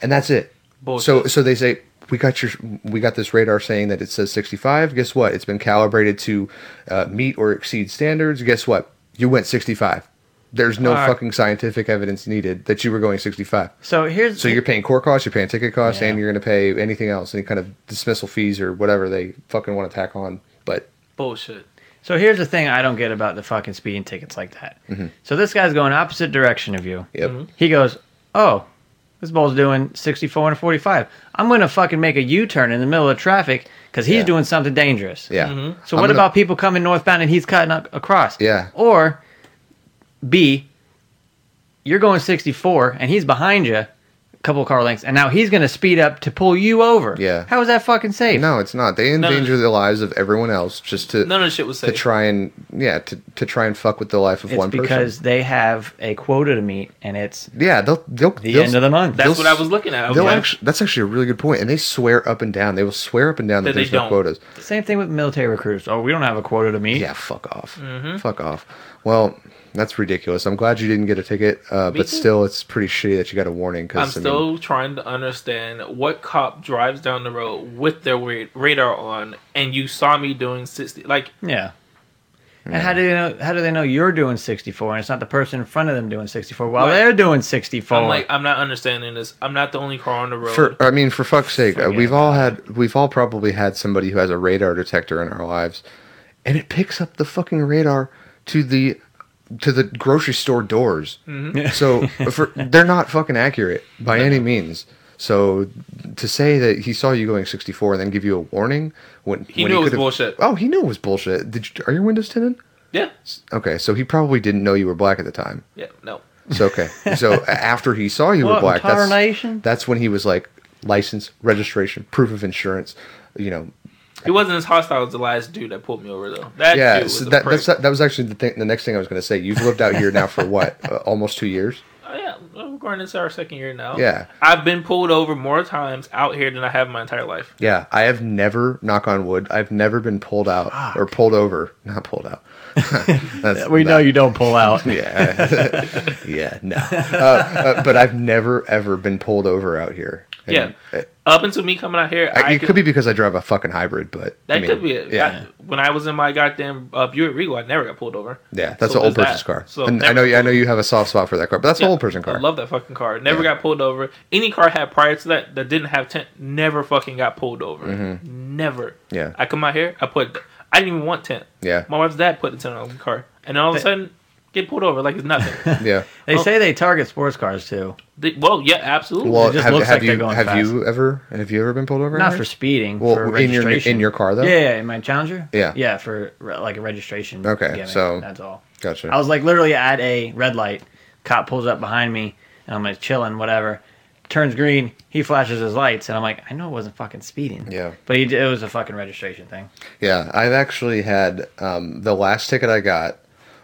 C: and that's it. So
D: Bullshit.
C: so they say. We got your, we got this radar saying that it says 65. Guess what? It's been calibrated to uh, meet or exceed standards. Guess what? You went 65. There's no
D: Fuck.
C: fucking scientific evidence needed that you were going 65.
E: So here's
C: So you're paying court costs, you're paying ticket costs,
E: Yeah.
C: and you're going to pay anything else, any kind of dismissal fees or whatever they fucking want to tack on. But
D: Bullshit.
E: So here's the thing I don't get about the fucking speeding tickets like that. So this guy's going opposite direction of you.
C: Mm-hmm. yep,
E: He goes, "Oh, this bull's doing 64 and 45. I'm going to fucking make a U-turn in the middle of traffic cuz he's
C: Yeah.
E: doing something dangerous."
C: yeah.
E: So
C: I'm
E: what
C: gonna-
E: about people coming northbound and he's cutting up across?
C: Yeah.
E: Or B, you're going 64 and he's behind you a couple car lengths and now he's going to speed up to pull you over.
C: Yeah.
E: How is that fucking safe?
C: No, it's not. They
D: no.
C: endanger the lives of everyone else just to
D: None of the shit was
C: to
D: safe.
C: try and yeah to, to try and fuck with the life of
E: It's
C: one
E: because
C: person.
E: they have a quota to meet and it's
C: Yeah, they'll they'll
E: the
C: they'll,
E: end of the month.
D: That's
C: They'll-
D: what I was looking at. I was
C: they'll
D: like,
C: actu- that's actually a really good point, and they swear up and down. They will swear up and down that,
D: That they
C: there's no
D: don't.
C: quotas.
E: Same thing with military recruits. Oh, we don't have a quota to meet.
C: Yeah, fuck off.
D: Mm-hmm.
C: Fuck off. Well, that's ridiculous. I'm glad you didn't get a ticket, uh, but
D: too.
C: still, it's pretty shitty that you got a warning.
D: I'm
C: Cause, I mean,
D: still trying to understand what cop drives down the road with their ra- radar on, and you saw me doing sixty. Like,
E: Yeah. And how do they know? How do they know you're doing 64, and it's not the person in front of them doing 64 while
D: Right.
E: they're doing 64?
D: I'm like, I'm not understanding this. I'm not the only car on the road.
C: for I mean, for fuck's sake, uh,
E: Forget
C: we've all had we've all probably had somebody who has a radar detector in our lives, and it picks up the fucking radar to the to the grocery store doors.
D: Mm-hmm.
C: So for, they're not fucking accurate by any means. So to say that he saw you going 64 and then give you a warning when
D: He
C: when
D: knew it was
C: could've-
D: bullshit.
C: Oh, he knew it was bullshit. Did you, are your windows tinted?
D: yeah,
C: Okay, so he probably didn't know you were black at the time.
D: yeah, no.
C: So okay, so a- after he saw you were
E: What,
C: black,
E: entire
C: that's,
E: nation?
C: that's when he was like license, registration, proof of insurance. You know,
D: He wasn't as hostile as the last dude that pulled me over though. That dude
C: yeah.
D: was
C: So
D: a
C: that,
D: prick.
C: that's, that was actually the thing. The next thing I was going to say. You've lived out here now for what, uh, almost two years?
D: Oh, yeah, we're going into our second year now.
C: Yeah.
D: I've been pulled over more times out here than I have in my entire life.
C: Yeah, I have never, knock on wood, I've never been pulled out or pulled over. Not pulled out. That's
E: we know
C: not-
E: you don't pull out.
C: Yeah, yeah, no. Uh, uh, but I've never ever been pulled over out here. And,
D: Yeah.
C: uh,
D: Up until me coming out here,
C: I,
D: I
C: it could, be because I drive a fucking hybrid, but
D: That
C: I mean,
D: could be it.
C: Yeah,
D: I- when I was in my goddamn uh, Buick Regal, I never got pulled over.
C: yeah, that's
D: So
C: an old
D: there's
C: person's
D: that.
C: car.
D: So
C: and I
D: never-
C: know, I know you have a soft spot for that car, but that's
D: Yeah,
C: an old person car.
D: I love that fucking car. Never
C: Yeah.
D: got pulled over. Any car I had prior to that that didn't have tint never fucking got pulled over. Never.
C: Mm-hmm. Yeah.
D: I come out here. I put. I didn't even want tint.
C: Yeah.
D: My wife's dad put the tint on the car, and all of a
E: They-
D: sudden, Get pulled over like it's nothing.
C: Yeah.
E: They say they target sports cars too.
D: They- well, yeah, absolutely.
C: Well,
E: just
C: have,
E: looks
C: have
E: like
C: you
E: they're going
C: have
E: fast.
C: you ever have you ever been pulled over?
E: Not
C: anywhere?
E: for speeding.
C: well
E: for
C: in your
E: registration.
C: in your car though.
E: Yeah, yeah, in my Challenger.
C: Yeah.
E: yeah, for re- like a registration.
C: Okay,
E: gimmick.
C: so-
E: that's all.
C: Gotcha.
E: I was like literally at a red light. Cop pulls up behind me, and I'm like chilling, whatever. Turns green. He flashes his lights, and I'm like, I know it wasn't fucking speeding.
C: Yeah.
E: but he, it was a fucking registration thing.
C: Yeah, I've actually had um, the last ticket I got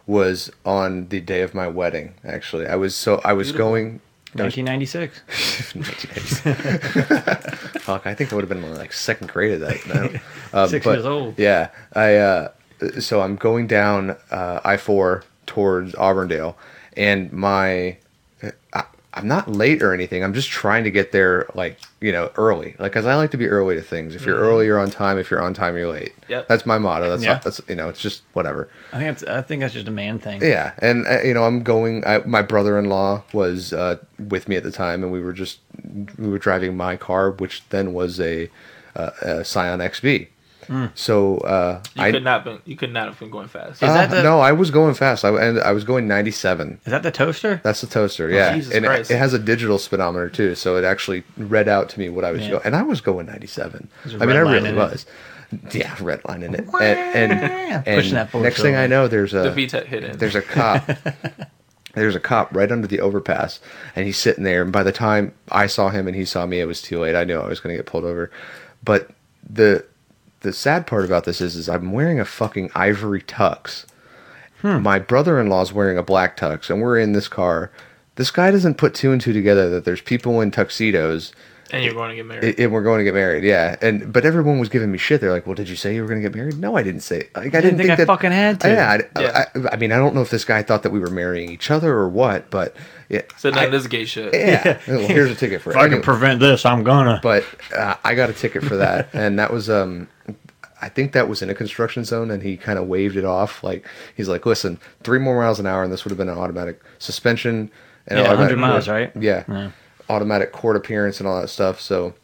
C: was on the day of my wedding. Actually, I was so I was going. I was-
E: 1996.
C: Fuck, I think I would have been in, like second grade at that. No. Uh,
E: Six years old.
C: Yeah, I. Uh, so I'm going down uh, I four towards Auburndale, and my uh, I, I'm not late or anything. I'm just trying to get there like you know early, like because I like to be early to things. If you're early, you're on time. If you're on time, you're late.
D: Mm-hmm. Yep.
C: that's my motto. That's
E: Yeah.
C: not, that's you know it's just whatever.
E: I think that's, I think that's just a man thing.
C: Yeah, and uh, you know, I'm going. I, my brother-in-law was uh, with me at the time, and we were just we were driving my car, which then was a, uh, a Scion XB. So uh,
D: Hmm. you
C: I
D: could not been you could not have been going fast.
E: Is
C: uh,
E: that the-
C: no, I was going fast. I and I was going 97.
E: Is that the toaster?
C: That's the toaster,
E: Oh,
C: yeah.
D: Jesus
C: and it,
D: Christ.
C: it has a digital speedometer too, so it actually read out to me what I was
E: Yeah.
C: going, and I was going 97.
E: There's a
C: I mean,
E: red
C: I
E: line
C: really
E: in it.
C: was. Yeah, red line in it, and, and,
E: Pushing
C: and
E: that forward
C: next thing
E: so
C: I know, there's a
D: the VTEC hit it.
C: there's a cop there's a cop right under the overpass and he's sitting there and by the time i saw him and he saw me it was too late i knew i was going to get pulled over but the the sad part about this is is i'm wearing a fucking ivory tux my brother-in-law's wearing a black tux and we're in this car this guy doesn't put two and two together that there's people in tuxedos
D: and you're going to get married.
C: and and we're going to get married yeah and but everyone was giving me shit they're like well did you say you were going to get married no i didn't say like i didn't
E: didn't think
C: think,
E: I
C: that
E: fucking had to.
C: yeah, I,
D: Yeah.
C: I, I mean i don't know if this guy thought that we were marrying each other or what but yeah
D: so now
C: I-
D: this gay shit.
C: yeah, Well, here's a ticket for
E: If I
C: it
E: can prevent this, I'm gonna.
C: but uh, i got a ticket for that and that was um i think that was in a construction zone and he kind of waved it off like he's like listen three more miles an hour and this would have been an automatic suspension and
E: Yeah,
C: automatic
E: 100 miles,
C: court-
E: right?
C: yeah,
E: Yeah.
C: automatic court appearance and all that stuff so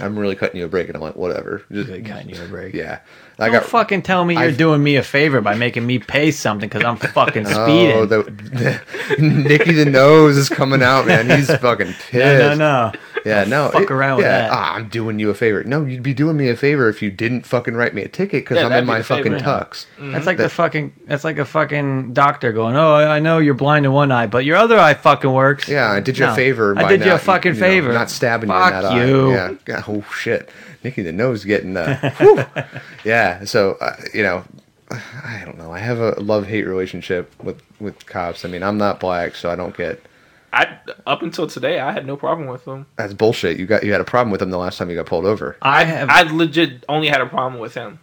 C: i'm really cutting you a break and i'm like whatever just,
E: Good God, you need a break.
C: yeah i
E: Don't fucking tell me you're
C: I've-
E: doing me a favor by making me pay something because I'm fucking speeding.
C: Oh, the, Nicky the nose is coming out, man. He's fucking pissed.
E: no, no, no.
C: Yeah, no.
E: fuck around with
C: yeah,
E: that.
C: Ah, I'm doing you a favor. No, you'd be doing me a favor if you didn't fucking write me a ticket because
D: Yeah,
C: I'm
D: that'd
C: in
D: be
C: my
D: the
C: fucking
D: favor.
C: tux.
D: Mm-hmm.
E: That's like the fucking. That's like a fucking doctor going, "Oh, I I know you're blind in one eye, but your other eye fucking works."
C: Yeah, I did you
E: No,
C: a favor.
E: I
C: by
E: did you a
C: not,
E: fucking
C: know,
E: favor.
C: not stabbing you in
E: Fuck
C: that eye.
E: you.
C: Yeah. God, Oh shit, Nicky the nose getting. Uh, whew. Yeah. So uh, you know, I don't know. I have a love hate relationship with with cops. I mean, I'm not black, so I don't get.
D: I up until today I had no problem with them.
C: That's bullshit. You got you had a problem with them the last time you got pulled over.
E: I have.
D: I legit only had a problem with him.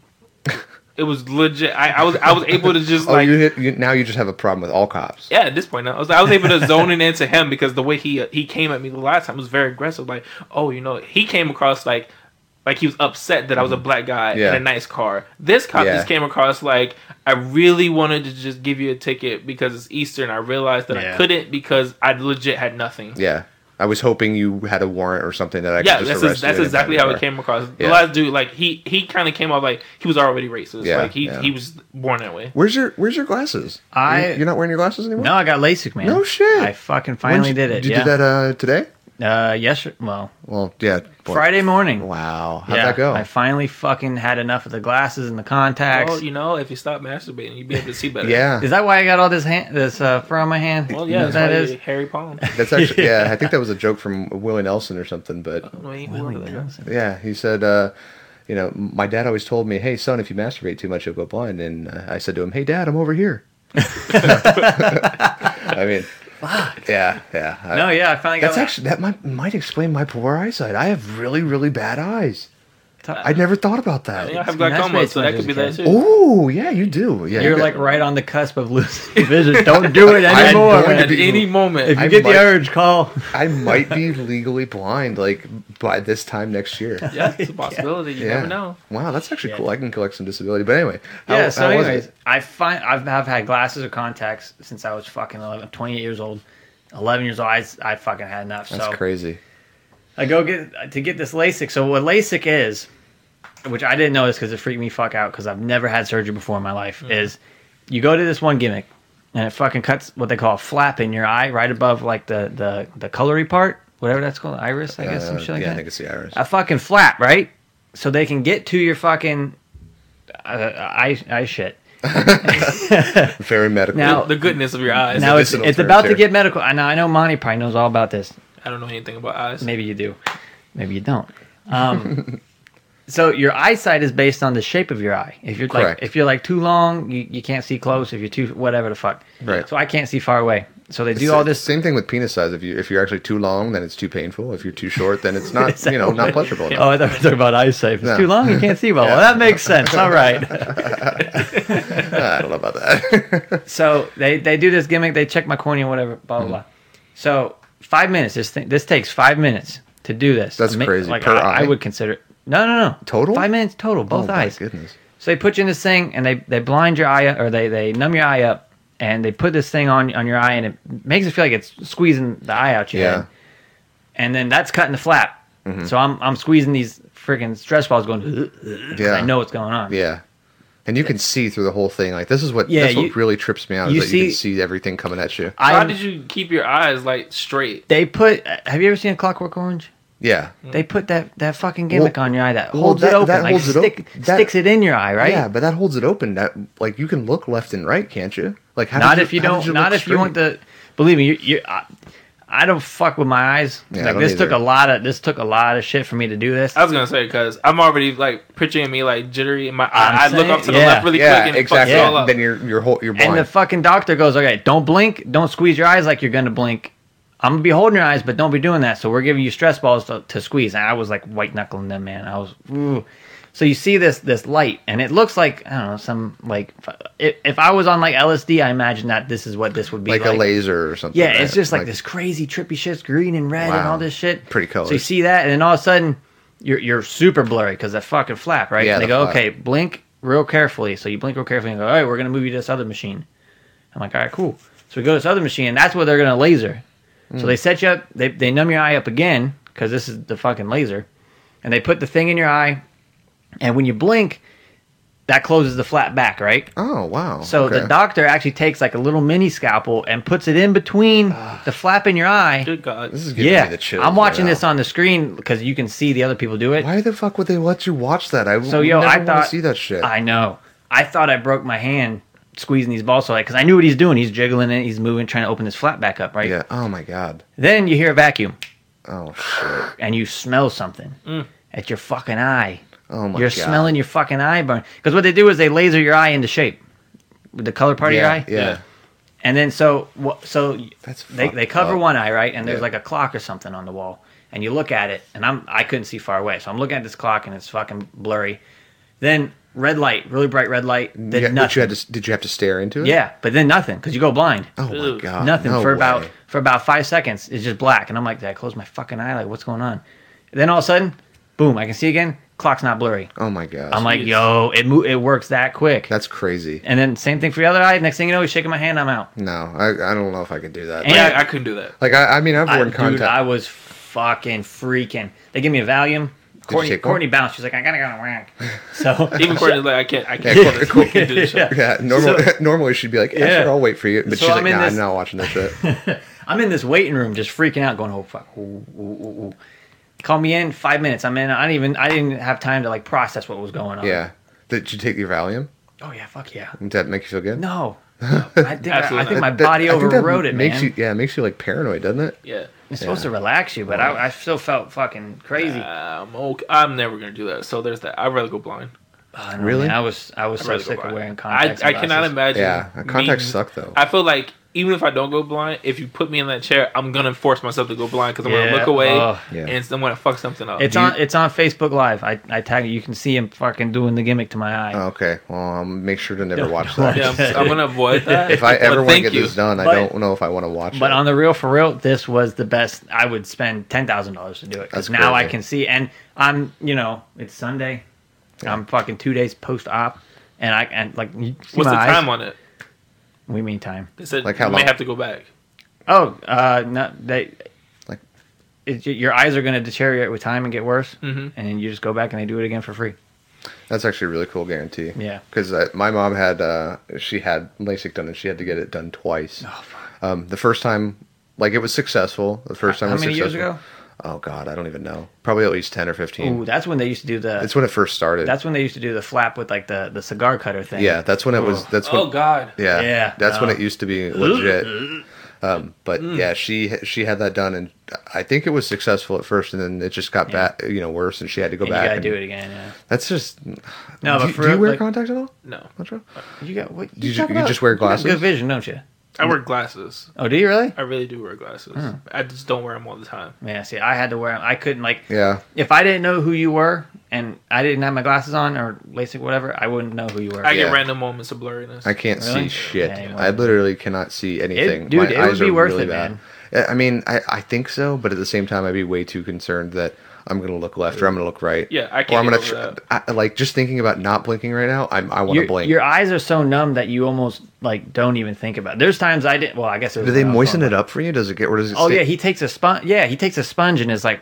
D: It was legit. I, I was I was able to just
C: Oh,
D: like
C: you, hit, you now you just have a problem with all cops.
D: yeah. At this point, I was I was able to zone it into him because the way he uh, he came at me the last time was very aggressive. Like oh you know he came across like like he was upset that I was a black guy
C: Mm-hmm. Yeah.
D: in a nice car. This cop
C: Yeah.
D: just came across like I really wanted to just give you a ticket because it's Easter and I realized that
E: Yeah.
D: I couldn't because I legit had nothing.
C: Yeah. I was hoping you had a warrant or something that I
D: yeah,
C: could just
D: that's
C: arrest
D: that's
C: you and
D: exactly
C: have
D: how
C: your
D: it came across. The
C: Yeah.
D: last dude, like he he kind of came off like he was already racist.
C: Yeah,
D: like he
C: yeah.
D: he was born that way.
C: Where's your Where's your glasses?
E: I-
C: You- You're not wearing your glasses anymore.
E: no, I got LASIK, man.
C: No shit.
E: I fucking finally
C: When'd you-
E: did it.
C: Did
E: yeah.
C: you do that uh, today?
E: Uh, yesterday. Well,
C: Well, yeah. boy.
E: Friday morning.
C: Wow. How'd
E: Yeah,
C: that go?
E: I finally fucking had enough of the glasses and the contacts.
D: Well, you know, if you stop masturbating, you'd be able to see better.
C: yeah.
E: Is that why I got all this hand, this uh, fur on my hand?
D: Well, yeah,
E: that
D: that's
E: is.
D: why you Harry Palm.
C: That's actually yeah. I think that was a joke from Willie Nelson or something, but
D: I mean,
E: Willie
D: well,
E: Nelson.
C: yeah, he said. Uh, you know, my dad always told me, "Hey, son, if you masturbate too much, you'll go blind." And uh, I said to him, "Hey, dad, I'm over here." I mean, yeah, yeah. I-
E: No, yeah, I finally got.
C: That's actually that might might explain my poor eyesight. I have really really bad eyes. I never thought about
D: I mean, I
C: that.
D: have glaucoma,
E: masturbates
D: so that
E: much
D: could be that
E: as
D: too.
C: Oh yeah, you do. Yeah,
E: You're
C: got-
E: like right on the cusp of losing vision. Don't do it
C: I'm
E: anymore.
C: going to
E: man.
D: At
C: be-
D: any moment,
E: If you
C: I
E: get
C: might-
E: the urge, call.
C: I might be legally blind like by this time next year.
D: yeah, it's a possibility. You
C: Yeah.
D: never know.
C: Wow, that's actually
E: Yeah.
C: cool. I can collect some disability. But anyway, how,
E: yeah, so
C: how was
E: anyways,
C: it?
E: I find I've, I've had glasses or contacts since I was fucking 11, 28 years old. 11 years old, I, s- I fucking had enough.
C: That's
E: so
C: crazy.
E: I go get to get this LASIK. So what LASIK is, which I Mm. didn't know this because it freaked me fuck out because I've never had surgery before in my life, is you go to this one gimmick and it fucking cuts what they call a flap in your eye right above like the the the colory part, whatever that's called, iris, I guess, some
C: Uh,
E: shit like
C: yeah, I
E: that. Uh,
C: think it's the iris.
E: a fucking flap, right? So they can get to your fucking uh, eye eye shit.
C: Very medical.
E: Now-
D: the goodness of your eyes.
E: now it's
C: medicinal
E: it's
C: term
E: about to
C: there.
E: get medical. I know I know Monty probably knows all about this.
D: I don't know anything about eyes.
E: Maybe you do. Maybe you don't. Um, so your eyesight is based on the shape of your eye. If you're like
C: Correct.
E: if you're like too long, you, you can't see close. If you're too whatever the fuck.
C: Right.
E: So I can't see far away. So they do
C: It's
E: all
C: the
E: this.
C: Same thing with penis size. If you if you're actually too long, then it's too painful. If you're too short, then it's not you know not pleasurable.
E: Oh, I thought we were talking about eyesight. If it's
C: No.
E: too long, you can't see well. Well, that makes sense. All right.
C: Ah, I don't know about that.
E: so they they do this gimmick. They check my cornea, whatever, blah
C: Mm-hmm.
E: blah. blah. So five minutes. This thing. This takes five minutes to do this.
C: That's
E: Ama-
C: crazy.
E: Like
C: Per
E: I, I
C: eye?
E: would consider. it- No, no, no.
C: Total?
E: Five minutes total. Both
C: oh,
E: eyes.
C: My goodness.
E: So they put you in this thing and they, they blind your eye or they, they numb your eye up and they put this thing on on your eye and it makes it feel like it's squeezing the eye out your
C: Yeah. Mm-hmm.
E: head. And then that's cutting the flap. So I'm I'm squeezing these freaking stress balls going.
C: Yeah.
E: I know what's going on.
C: Yeah. And you can see through the whole thing. Like this is what
E: Yeah,
C: that's what
E: you-
C: really trips me out.
E: you
C: is that you can
E: see-
C: see everything coming at you.
E: I-
D: How did you keep your eyes like straight?
E: They put. Have you ever seen a Clockwork Orange?
C: Yeah.
E: They put that, that fucking gimmick
C: Well-
E: on your eye that
C: well,
E: holds it
C: that-
E: open,
C: that
E: like
C: holds it
E: stick,
C: open. That-
E: sticks it in your eye, right?
C: Yeah, but that holds it open. That like you can look left and right, can't you? Like how
E: not
C: did
E: if you
C: how did
E: don't. not
C: look
E: if you want
C: straight?
E: the. Believe me, you. you I, I don't fuck with my eyes.
C: Yeah, I
E: like
C: don't
E: this took
C: either.
E: a lot of this took a lot of shit for me to do this.
D: I was gonna say because I'm already like picturing me like jittery in my
E: I'm
D: eye. I look
E: saying-
D: up to the
E: yeah.
D: left really
C: yeah,
D: quick and
C: exactly.
D: it fucks it all up.
C: Then you're you're whole, you're blind.
E: and the fucking doctor goes, "Okay, don't blink, don't squeeze your eyes like you're gonna blink. I'm gonna be holding your eyes, but don't be doing that. So we're giving you stress balls to, to squeeze." And I was like white knuckling them, man. I was, ooh. So you see this this light, and it looks like I don't know some like if, if I was on like LSD, I imagine that this is what this would be
C: like,
E: like.
C: a laser or something.
E: Yeah,
C: right?
E: it's just like, this crazy trippy shit's green and red and
C: Wow.
E: all this shit.
C: Pretty
E: So you
C: colors.
E: see that, and then all of a sudden, you're you're super blurry because that fucking flap, right?
C: Yeah,
E: and they
C: the
E: go,
C: flap.
E: okay, blink real carefully. So you blink real carefully and go, all right, we're gonna move you to this other machine. I'm like, all right, cool. So we go to this other machine, and that's where they're gonna laser.
C: Mm.
E: So they set you up, they they numb your eye up again because this is the fucking laser, and they put the thing in your eye, and when you blink, that closes the flap back, right?
C: Oh wow.
E: So
C: okay.
E: the doctor actually takes like a little mini scalpel and puts it in between the flap in your eye.
D: Good God.
C: This is giving
E: Yeah,
C: me the chills.
E: I'm watching
C: right
E: this
C: now.
E: on the screen because you can see the other people do it.
C: Why the fuck would they let you watch that? I
E: So
C: would
E: yo,
C: never
E: I
C: wanna
E: thought
C: see that shit.
E: I know. I thought I broke my hand squeezing these balls so like because I knew what he's doing. He's jiggling it. He's moving, trying to open this flap back up. Right.
C: yeah. Oh my god.
E: Then you hear a vacuum
C: Oh shit.
E: and you smell something at your fucking eye.
C: Mm. Oh my
E: You're
C: god.
E: smelling your fucking eye burn because what they do is they laser your eye into shape with the color part
C: yeah,
E: of your eye.
C: Yeah.
E: And then so wh- so
C: That's
E: they
C: fucked
E: they cover
C: up.
E: one eye right, and there's
C: Yeah.
E: like a clock or something on the wall, and you look at it, and I'm I couldn't see far away, so I'm looking at this clock and it's fucking blurry. Then red light, really bright red light, then
C: Yeah, but
E: nothing.
C: you had to, did you have to stare into it?
E: yeah, but then nothing because you go blind.
C: Oh my
D: Ew.
C: god.
E: nothing
C: no
E: for about
C: way.
E: for about five seconds. It's just black, and I'm like, did I close my fucking eye? Like, what's going on? then all of a sudden, boom, I can see again. Clock's not blurry.
C: Oh my god.
E: I'm like,
D: Jeez.
E: yo, it mo- it works that quick.
C: That's crazy.
E: and then same thing for the other eye. Next thing you know, he's shaking my hand. I'm out.
C: No, I, I don't know if I could do that.
E: And-
C: Like,
D: Yeah, I couldn't do that.
C: like, I, I mean, I've
E: I,
C: worn contact.
E: Dude, I was fucking freaking. They give me a Valium.
C: you
E: Courtney,
C: take one?
E: Courtney bounced. She's like, I gotta go on whack. So
D: Even Courtney's like, I can't, I can't,
C: Yeah,
D: I can't do this shit.
C: yeah, normally, normally she'd be like, yeah,
E: Yeah.
C: sure, I'll wait for you. But
E: So
C: she's
E: I'm
C: like,
E: in
C: nah,
E: this-
C: I'm not watching that shit.
E: I'm in this waiting room, just freaking out, going, oh fuck. Ooh, ooh, ooh, ooh. Call me in five minutes. I'm in. I didn't even. I didn't have time to like process what was going on.
C: yeah. Did you take your Valium?
E: Oh yeah. Fuck yeah.
C: Did that make you feel good?
E: No. I think I, I
D: Absolutely
E: think
D: not.
E: my
C: That-
E: body
C: I think that
E: overrode it,
C: makes
E: man.
C: You, yeah, it makes you like paranoid, doesn't it?
D: Yeah.
E: it's supposed to relax you, but I, I still felt fucking crazy.
D: Um, okay, I'm never gonna do that. So there's that. I'd rather go blind.
E: I don't know,
C: really?
E: Oh, man. I was I was
D: I'd
E: so
D: rather go
E: sick of
D: blind.
E: wearing
D: I,
E: contacts.
D: I
E: and
D: cannot
E: glasses.
D: imagine.
C: Yeah, contacts
D: me-
C: suck, though.
D: I feel like even if I don't go blind, if you put me in that chair, I'm gonna force myself to go blind because I'm
E: Yeah,
D: gonna look away
E: ugh.
C: Yeah.
D: and I'm gonna fuck something up.
E: It's
C: Do you-
E: on. It's on Facebook Live. I, I tag it. You can see him fucking doing the gimmick to my eye.
C: Oh, okay, well, I'll make sure to never
E: Don't
C: watch
E: watch
C: that.
D: yeah, I'm, I'm gonna avoid that.
C: If I
D: But
C: ever want to
D: thank
C: get
D: you.
C: this done, I
E: But-
C: don't know if I want to watch
E: But
C: it.
E: on the real for real, this was the best. I would spend ten thousand dollars to do it because
C: That's
E: now I
C: crazy.
E: can see, and I'm you know it's Sunday. I'm fucking two days post op, and I and like you see
D: What's
E: my
D: the
E: eyes.
D: time on it?
E: We mean time.
D: They said
C: Like how
D: you may
C: long?
D: have to go back.
E: Oh, uh, no, they like
C: Like-
E: your eyes are going to deteriorate with time and get worse,
D: Mhm.
C: Mm-hmm.
E: and then you just go back and they do it again for free.
C: That's actually a really cool guarantee.
E: Yeah.
C: Because uh, my mom had, uh, she had LASIK done and she had to get it done twice. Oh, um, the first time, like it was successful. The first time
E: How
C: was
E: many years
C: successful.
E: ago?
C: Oh, God, I don't even know. Probably at least 10 or 15.
E: Ooh, that's when they used to do the.
C: That's when it first started.
E: that's when they used to do the flap with like the, the cigar cutter thing.
C: yeah, that's when it was, that's when,
D: Oh God.
C: Yeah,
E: Yeah, Uh,
C: That's when
E: no.
C: it used to be legit. Um, but
E: mm.
C: yeah, she she had that done, and I think it was successful at first, and then it just got
E: Yeah.
C: back, you know, worse, and she had to go
E: And you
C: back.
E: gotta
C: and-
E: do it again. Yeah.
C: That's just
E: No,
C: do,
E: but
C: you-
E: for
C: do you
E: real,
C: wear
E: like-
C: contacts at all?
D: No,
C: Ultra?
E: You got what?
C: You ju-
E: talking
C: you
E: about-
C: just wear
E: got
C: glasses?
E: Good vision, don't you?
D: I wear glasses.
E: Oh, do you really?
D: I really do wear glasses.
C: Hmm.
D: I just don't wear them all the time.
E: Yeah. See, I had to wear. 'em. I couldn't like.
C: Yeah,
E: If I didn't know who you were and I didn't have my glasses on or LASIK, whatever, I wouldn't know who you were.
D: I
C: Yeah.
D: get random moments of blurriness.
C: I can't
E: Really?
C: see shit.
E: Yeah, you
C: I
E: won't.
C: literally cannot see anything.
E: dude, it would be
C: are
E: worth it, man.
C: Yeah, I mean, I, I think so, but at the same time, I'd be way too concerned that I'm gonna look left or I'm gonna look right.
D: Yeah, I
C: Or
D: can't
C: I'm gonna
D: get over
C: tr- I, like just thinking about not blinking right now. I'm, I want to
E: your,
C: blink.
E: your eyes are so numb that you almost like don't even think about. It. There's times I didn't. Well, I guess it was
C: Do they
E: when I was
C: moisten
E: going-
C: it up for you? Does it get? Or does it?
E: Oh
C: stay-
E: yeah, he takes a sponge. Yeah, he takes a sponge and is like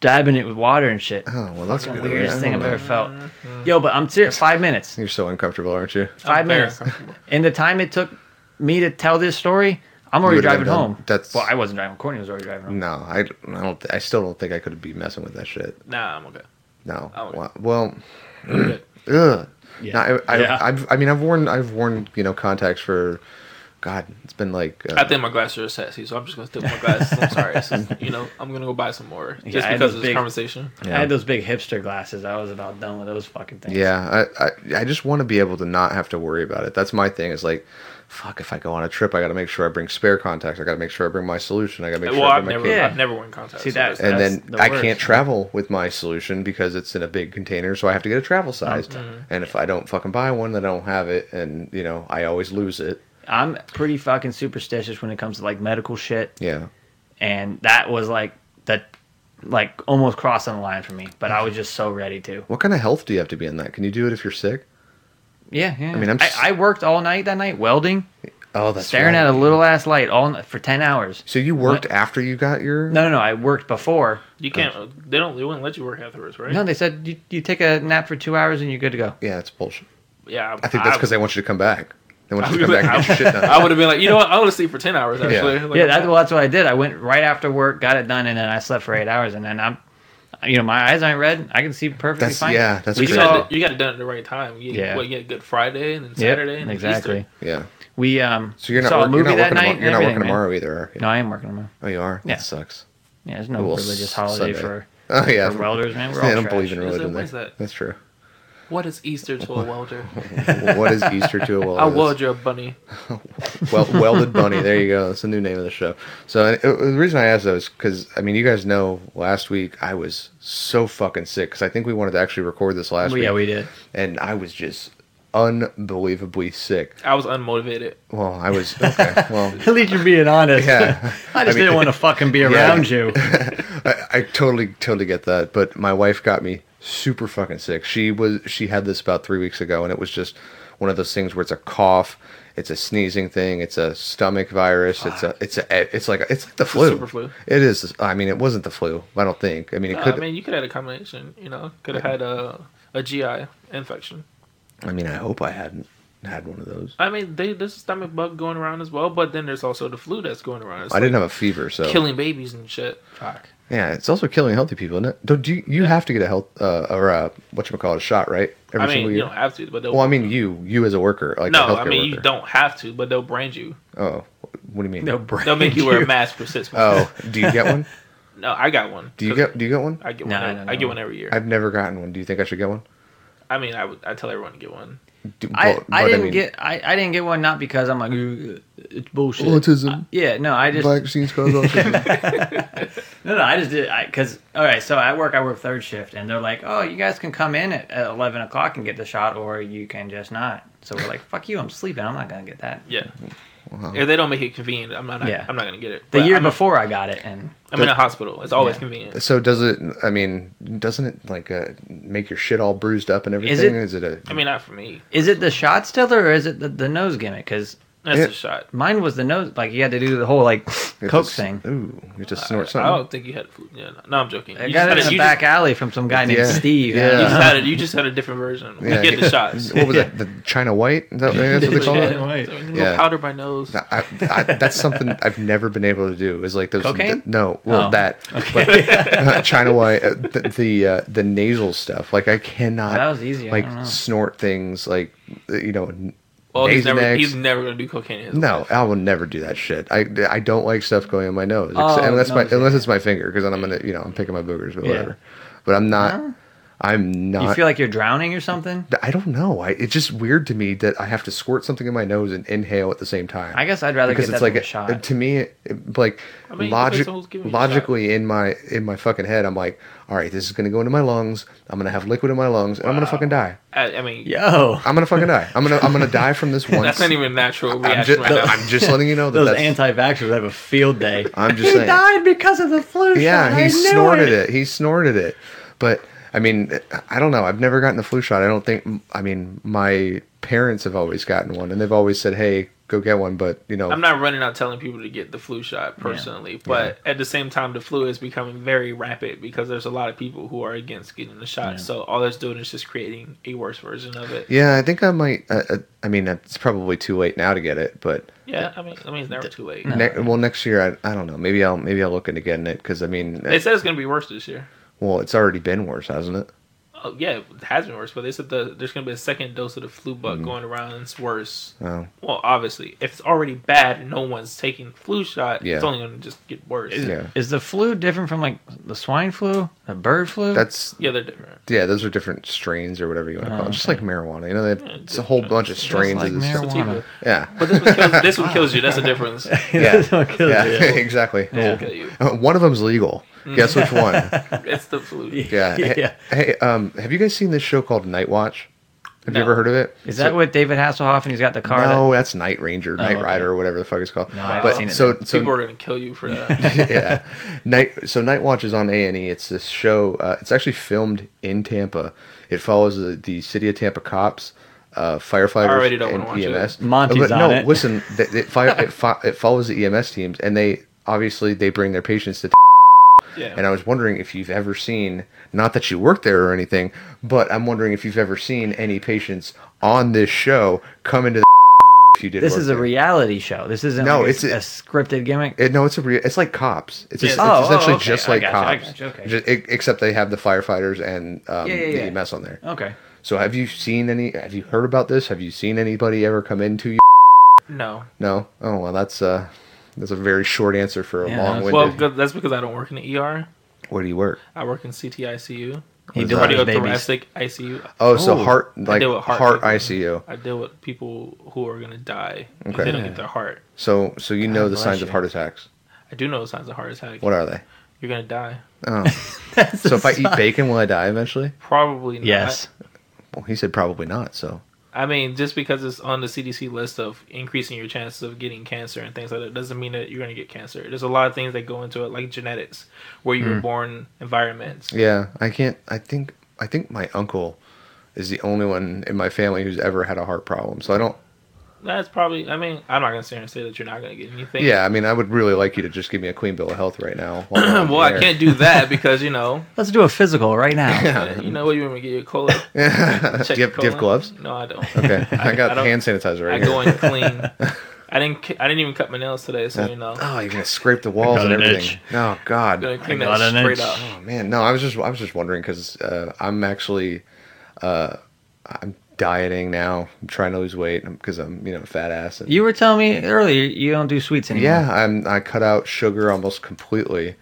E: dabbing it with water and shit.
C: Oh well, that's good.
E: Weirdest
C: I
E: thing
C: don't
E: I've
C: know.
E: ever felt. Yo, but I'm serious. Five minutes.
C: You're so uncomfortable, aren't you?
E: 5
D: very
E: minutes.
D: uncomfortable.
E: And the time it took me to tell this story, I'm already
C: would've
E: driving
C: been done.
E: home.
C: That's-
E: well, I wasn't driving. Courtney was already driving home.
C: No, I, I don't. I still don't think I could be messing with that shit.
D: Nah, I'm okay.
C: No.
D: Oh, okay.
C: Well,
D: I'm good.
C: ugh.
E: Yeah.
C: No, I, I,
E: Yeah.
C: I've, I mean, I've worn, I've worn, you know, contacts for, God, it's been like. Uh,
D: I think my glasses are sassy, so I'm just gonna stick with my glasses. I'm sorry. It's just, you know, I'm gonna go buy some more
E: Yeah,
D: just
E: I had
D: because
E: those
D: of this
E: big-
D: conversation.
E: I had those big hipster glasses. I was about done with those fucking things.
C: Yeah, I, I, I just want to be able to not have to worry about it. That's my thing. Is like, fuck, if I go on a trip, I got to make sure I bring spare contacts. I got to make sure I bring my solution. I got to make
D: well,
C: sure I
D: I've
C: bring
D: never,
C: my. case.
E: Yeah.
D: I've never worn contacts.
E: See,
D: so
E: that-
D: that's-
C: And
E: That's
C: then
E: the
C: I
E: worst.
C: can't travel with my solution because it's in a big container, so I have to get a
E: Oh,
C: travel size.
E: mm-hmm.
C: And if I don't fucking buy one, then I don't have it, and you know I always lose it.
E: I'm pretty fucking superstitious when it comes to like medical shit,
C: Yeah,
E: and that was like that, like almost crossing the line for me. But I was just so ready to.
C: What kind of health do you have to be in that? Can you do it if you're sick?
E: Yeah, yeah. I
C: mean, I'm
E: I,
C: s-
E: worked all night that night welding,
C: Oh, that's
E: staring at a little ass light all night, for ten hours.
C: So you worked after you got your.
E: No, no, no. I worked before.
D: you can't. They don't. They wouldn't let you work afterwards, right?
E: No, they said you, you take a nap for two hours and you're good to go.
C: Yeah, it's bullshit.
D: yeah,
C: I think that's because they want you to come back. They want you to
D: I
C: come back and get your shit done.
D: I would have been like, you know what? I want to sleep for ten hours. Actually,
C: Yeah.
D: Like,
E: yeah, that's well, that's what I did. I went right after work, got it done, and then I slept for eight hours, and then I'm, you know, my eyes aren't red. I can see perfectly
C: That's-
E: fine.
C: yeah, that's
E: we
D: You
C: great.
E: saw
D: got, to, you got to done it at the right time. You,
E: Yeah.
D: yeah. Well, you get Good Friday and then
E: Yep,
D: Saturday and then
E: exactly.
D: Easter.
C: Yeah.
E: We um.
C: So you're not,
E: saw
C: work,
E: a movie
C: you're not working.
E: that night.
C: Tomorrow, you're not working
E: and everything, man.
C: tomorrow either. Are you?
E: No, I am working tomorrow.
C: Oh, you are.
E: Yeah.
C: That sucks.
E: Yeah, there's no
C: Well,
E: religious holiday
C: Sunday.
E: for
C: Oh yeah.
E: for welders, man. We're
C: Yeah, I
E: all
C: don't
E: trash.
C: believe in
D: Is
C: religion.
D: that- what is
C: there.
D: that?
C: That's true.
D: What is Easter to a welder?
C: what is Easter to a welder?
D: I weld you a bunny.
C: well, welded bunny. There you go. That's the new name of the show. So and it- the reason I asked those because I mean, you guys know last week I was so fucking sick because I think we wanted to actually record this last
E: Well,
C: week.
E: yeah, we did.
C: And I was just unbelievably sick.
D: I was unmotivated.
C: Well, I was okay. Well,
E: At least you're being honest.
C: Yeah.
E: I
C: I
E: just
C: mean-
E: didn't want to fucking be around you.
C: I, I totally totally get that. But my wife got me super fucking sick. She was she had this about three weeks ago, and it was just one of those things where it's a cough, it's a sneezing thing, it's a stomach virus, it's a it's a it's like it's like the flu.
D: super flu.
C: It is. I mean, it wasn't the flu. I don't think. I mean, it
D: Uh,
C: could.
D: I mean, you could have had a combination. You know, could have had a a GI infection.
C: I hope I hadn't had one of those.
D: I mean, they, there's a stomach bug going around as well, but then there's also the flu that's going around. It's
C: I didn't
D: like
C: have a fever, so
D: killing babies and shit.
E: Fuck.
C: yeah, it's also killing healthy people. Isn't it? Don't you you have to get a health uh, or a, what you call it a shot, right? Every
D: I mean,
C: single
D: you
C: year.
D: don't have to, but they'll.
C: well, I mean, you you as a worker, like
D: no,
C: a healthcare
D: I mean you
C: worker.
D: don't have to, but they'll brand you.
C: Oh, what do you mean?
E: They'll, break
D: They'll make you wear a mask for six months.
C: Oh, do you get one?
D: no, I got one.
C: Do you get do you get one?
D: I get
E: No,
D: one.
E: I
D: every-
E: don't
D: I,
E: know.
D: get one every year.
C: I've never gotten one. Do you think I should get one?
D: I mean, I would. I tell everyone to get one.
C: Do,
E: I,
C: but-
E: I
C: but
E: didn't
C: mean,
E: get I, I didn't get one not because I'm like "Ugh, it's bullshit.
C: Autism.
E: I- yeah, no, I just
C: vaccines cause autism.
E: no, no, I just did because all right. So at work, I work third shift, and they're like, "Oh, you guys can come in at, at eleven o'clock and get the shot, or you can just not." So we're like, "Fuck you, I'm sleeping. I'm not gonna get that."
D: Yeah. If they don't make it convenient, I'm not.
E: Yeah.
D: I'm not gonna get it.
E: The
D: But
E: year
D: I'm,
E: before, I got it, and
D: I'm in a hospital. It's always convenient.
C: so does it? I mean, doesn't it like uh, make your shit all bruised up and everything?
E: Is
C: Is
E: it-
C: it a?
D: I mean, not for me.
E: is it the shot still, or is it the, the nose gimmick? Because
D: That's
C: Yeah.
D: a shot.
E: Mine was the nose. Like you had to do the whole like
C: You have
E: coke
C: to s-
E: thing.
C: Ooh, you have to snort
D: I
C: something.
D: don't think you had food. Yeah, no, no, I'm joking.
E: I
D: you
E: got
D: just
E: it
D: had
E: in
D: a-
E: the
D: you
E: back
D: Just,
E: alley from some guy
C: Yeah.
E: named Steve.
C: Yeah.
D: you, just had a, you just had a different version. We get the shots.
C: What was that? The China White? Is that, that's what they call it.
E: Yeah. Wait.
D: So, you
C: Yeah.
D: know, powder my nose.
C: I, I, that's something I've never been able to do. Is like those
E: Cocaine?
C: th- no, well
E: Oh.
C: that but, China white, uh, the the, uh, the nasal stuff. Like I cannot.
E: That was easier, I don't know.
C: Like snort things. Like uh, you know. n-
D: Well, he's
C: nasal
D: never
C: necks.
D: he's never gonna do cocaine. in his
C: No,
D: life.
C: I will never do that shit. I, I don't like stuff going in my nose,
E: Oh,
C: except, unless my
E: nose,
C: unless
E: yeah.
C: it's my finger, because then I'm gonna you know I'm picking my boogers, but
E: Yeah.
C: whatever. But I'm not. I'm not.
E: You feel like you're drowning or something?
C: I don't know. I, it's just weird to me that I have to squirt something in my nose and inhale at the same time.
E: I guess I'd rather
C: because
E: get
C: it's
E: that
C: like
E: like
C: a,
E: a shot.
C: to me, it, like
D: I mean,
C: logic,
D: someone's giving you a shot.
C: logically in my in my fucking head, I'm like, all right, this is gonna go into my lungs. I'm gonna have liquid in my lungs, and I'm gonna fucking die.
D: I, I mean,
E: Yo,
C: I'm gonna fucking die. I'm gonna I'm gonna die from this once.
D: that's not even a natural
C: I'm
D: reaction
C: just,
D: right now.
C: I'm just letting you know that
E: those
C: that's,
E: anti-vaxxers have a field day.
C: I'm just saying.
E: because of the flu
C: Yeah, he
E: knew
C: snorted it. He snorted it. But I mean, I don't know. I've never gotten the flu shot. I don't think. I mean, my parents have always gotten one, and they've always said, "Hey, go get one." But you know,
D: I'm not running out telling people to get the flu shot personally, but at the same time, the flu is becoming very rapid because there's a lot of people who are against getting the shot. So all that's doing is just creating a worse version of it. Yeah,
C: yeah, I think I might. Uh, uh, I mean, it's probably too late now to get it, but
D: I mean, I mean, it's never too late.
C: ne- well, next year, I, I don't know. Maybe I'll maybe I'll look into getting it because I mean, uh,
D: They said it's gonna be worse this year.
C: well, it's already been worse, hasn't it?
D: Oh yeah, it has been worse. But they said the, there's gonna be a second dose of the flu bug going around. And it's worse.
C: Mm-hmm. Oh,
D: Well, obviously, if it's already bad and no one's taking the flu shot,
C: Yeah.
D: it's only gonna just get worse.
C: yeah,
E: Is the flu different from like the swine flu, the bird flu?
C: that's.
D: Yeah, they're different.
C: Yeah, those are different strains or whatever you want to call it. Just like marijuana, you know, they have,
D: Yeah,
C: it's a whole bunch of
D: just
C: strains.
E: like
C: of this stuff.
E: marijuana.
D: Sativa.
C: Yeah,
D: But this one kills, this one kills you. That's the difference.
C: yeah.
E: That's what kills
C: yeah,
E: you.
C: exactly.
D: It'll kill you.
C: Uh, One of them's legal. Guess which one?
D: It's the flu.
C: Yeah. Hey-
E: Yeah.
C: Hey, um, have you guys seen this show called Night Watch? Have you
D: No.
C: ever heard of it?
E: Is that what David Hasselhoff and he's got the car?
C: No, that's Night Ranger, Night
E: Oh, okay.
C: Rider, or whatever the fuck it's called.
E: No, I haven't
C: but
E: seen it
C: so
E: then.
C: so
D: People are gonna kill you for that.
C: yeah, night. So Night Watch is on A and E. It's this show. Uh, it's actually filmed in Tampa. It follows the, the city of Tampa cops, uh, firefighters,
D: I already don't
C: and
D: wanna watch it.
C: EMS.
E: Monty's
C: But no,
E: on it.
C: listen. It, it, fire, it, fo- it follows the EMS teams, and they obviously they bring their patients to
D: yeah.
C: and I was wondering if you've ever seen, not that you work there or anything, but I'm wondering if you've ever seen any patients on this show come into the if you did.
E: This
C: work
E: is a
C: there.
E: reality show. This isn't
C: No,
E: like
C: it's
E: a,
C: a-
E: a scripted gimmick.
C: It, no, it's a real. It's like cops. It's,
D: Yeah.
C: just,
E: Oh,
C: it's essentially
E: oh, okay.
C: just
E: I
C: like
E: gotcha, I
C: cops,
E: gotcha, okay.
C: Ju- e- except they have the firefighters and um,
E: Yeah, yeah, yeah.
C: the EMS on there.
E: okay.
C: So, have you seen any? Have you heard about this? Have you seen anybody ever come into you?
D: No.
C: No. Oh well, that's uh, that's a very short answer for a
E: Yeah,
C: long
E: When
D: well,
C: winded.
D: because- that's because I don't work in the ER.
C: Where do you work?
D: I work in CTICU,
E: He
C: Is
E: delivers babies.
D: cardiothoracic ICU.
C: Oh, so
E: Oh.
C: heart like
D: deal with
C: heart,
D: heart people.
C: ICU.
D: I deal with people who are gonna die if
C: Okay.
D: they don't get their heart.
C: So so you know the
E: bless
C: signs of
E: you.
C: heart attacks.
D: I do know the signs of heart attack.
C: What are they?
D: You're gonna die.
C: Oh. so if I eat bacon, will I die eventually?
D: Probably not.
E: Yes.
C: Well, he said probably not. So
D: I mean, just because it's on the CDC list of increasing your chances of getting cancer and things like that doesn't mean that you're going to get cancer. There's a lot of things that go into it, like genetics, where
C: Hmm.
D: you were born, environments.
C: yeah, I can't. I think I think my uncle is the only one in my family who's ever had a heart problem. So I don't.
D: That's probably. I mean, I'm not going to sit here and say that you're not going to get anything.
C: Yeah, I mean, I would really like you to just give me a clean bill of health right now. while we're on
D: well,
C: the
D: I
C: air.
D: can't do that because you know,
E: Let's do a physical right now.
D: you know what you want me to get your colon.
C: do, you have, do you have gloves?
D: No, I don't.
C: Okay, I, got
D: don't-
C: hand sanitizer right
D: I
C: here.
D: go in clean. I didn't. cu- I didn't even cut my nails today, so you know,
C: Oh, you're gonna scrape the walls
E: got
C: and
E: an
C: everything.
E: itch.
C: Oh
D: I'm gonna
C: God.
D: clean
E: I
D: that
E: got an
D: straight
E: itch.
D: up.
C: Oh man, no, I was just I was just wondering because uh, I'm actually uh, I'm dieting now. I'm trying to lose weight because I'm you know a fat ass. And,
E: you were telling me earlier you don't do sweets anymore.
C: yeah, I'm I cut out sugar almost completely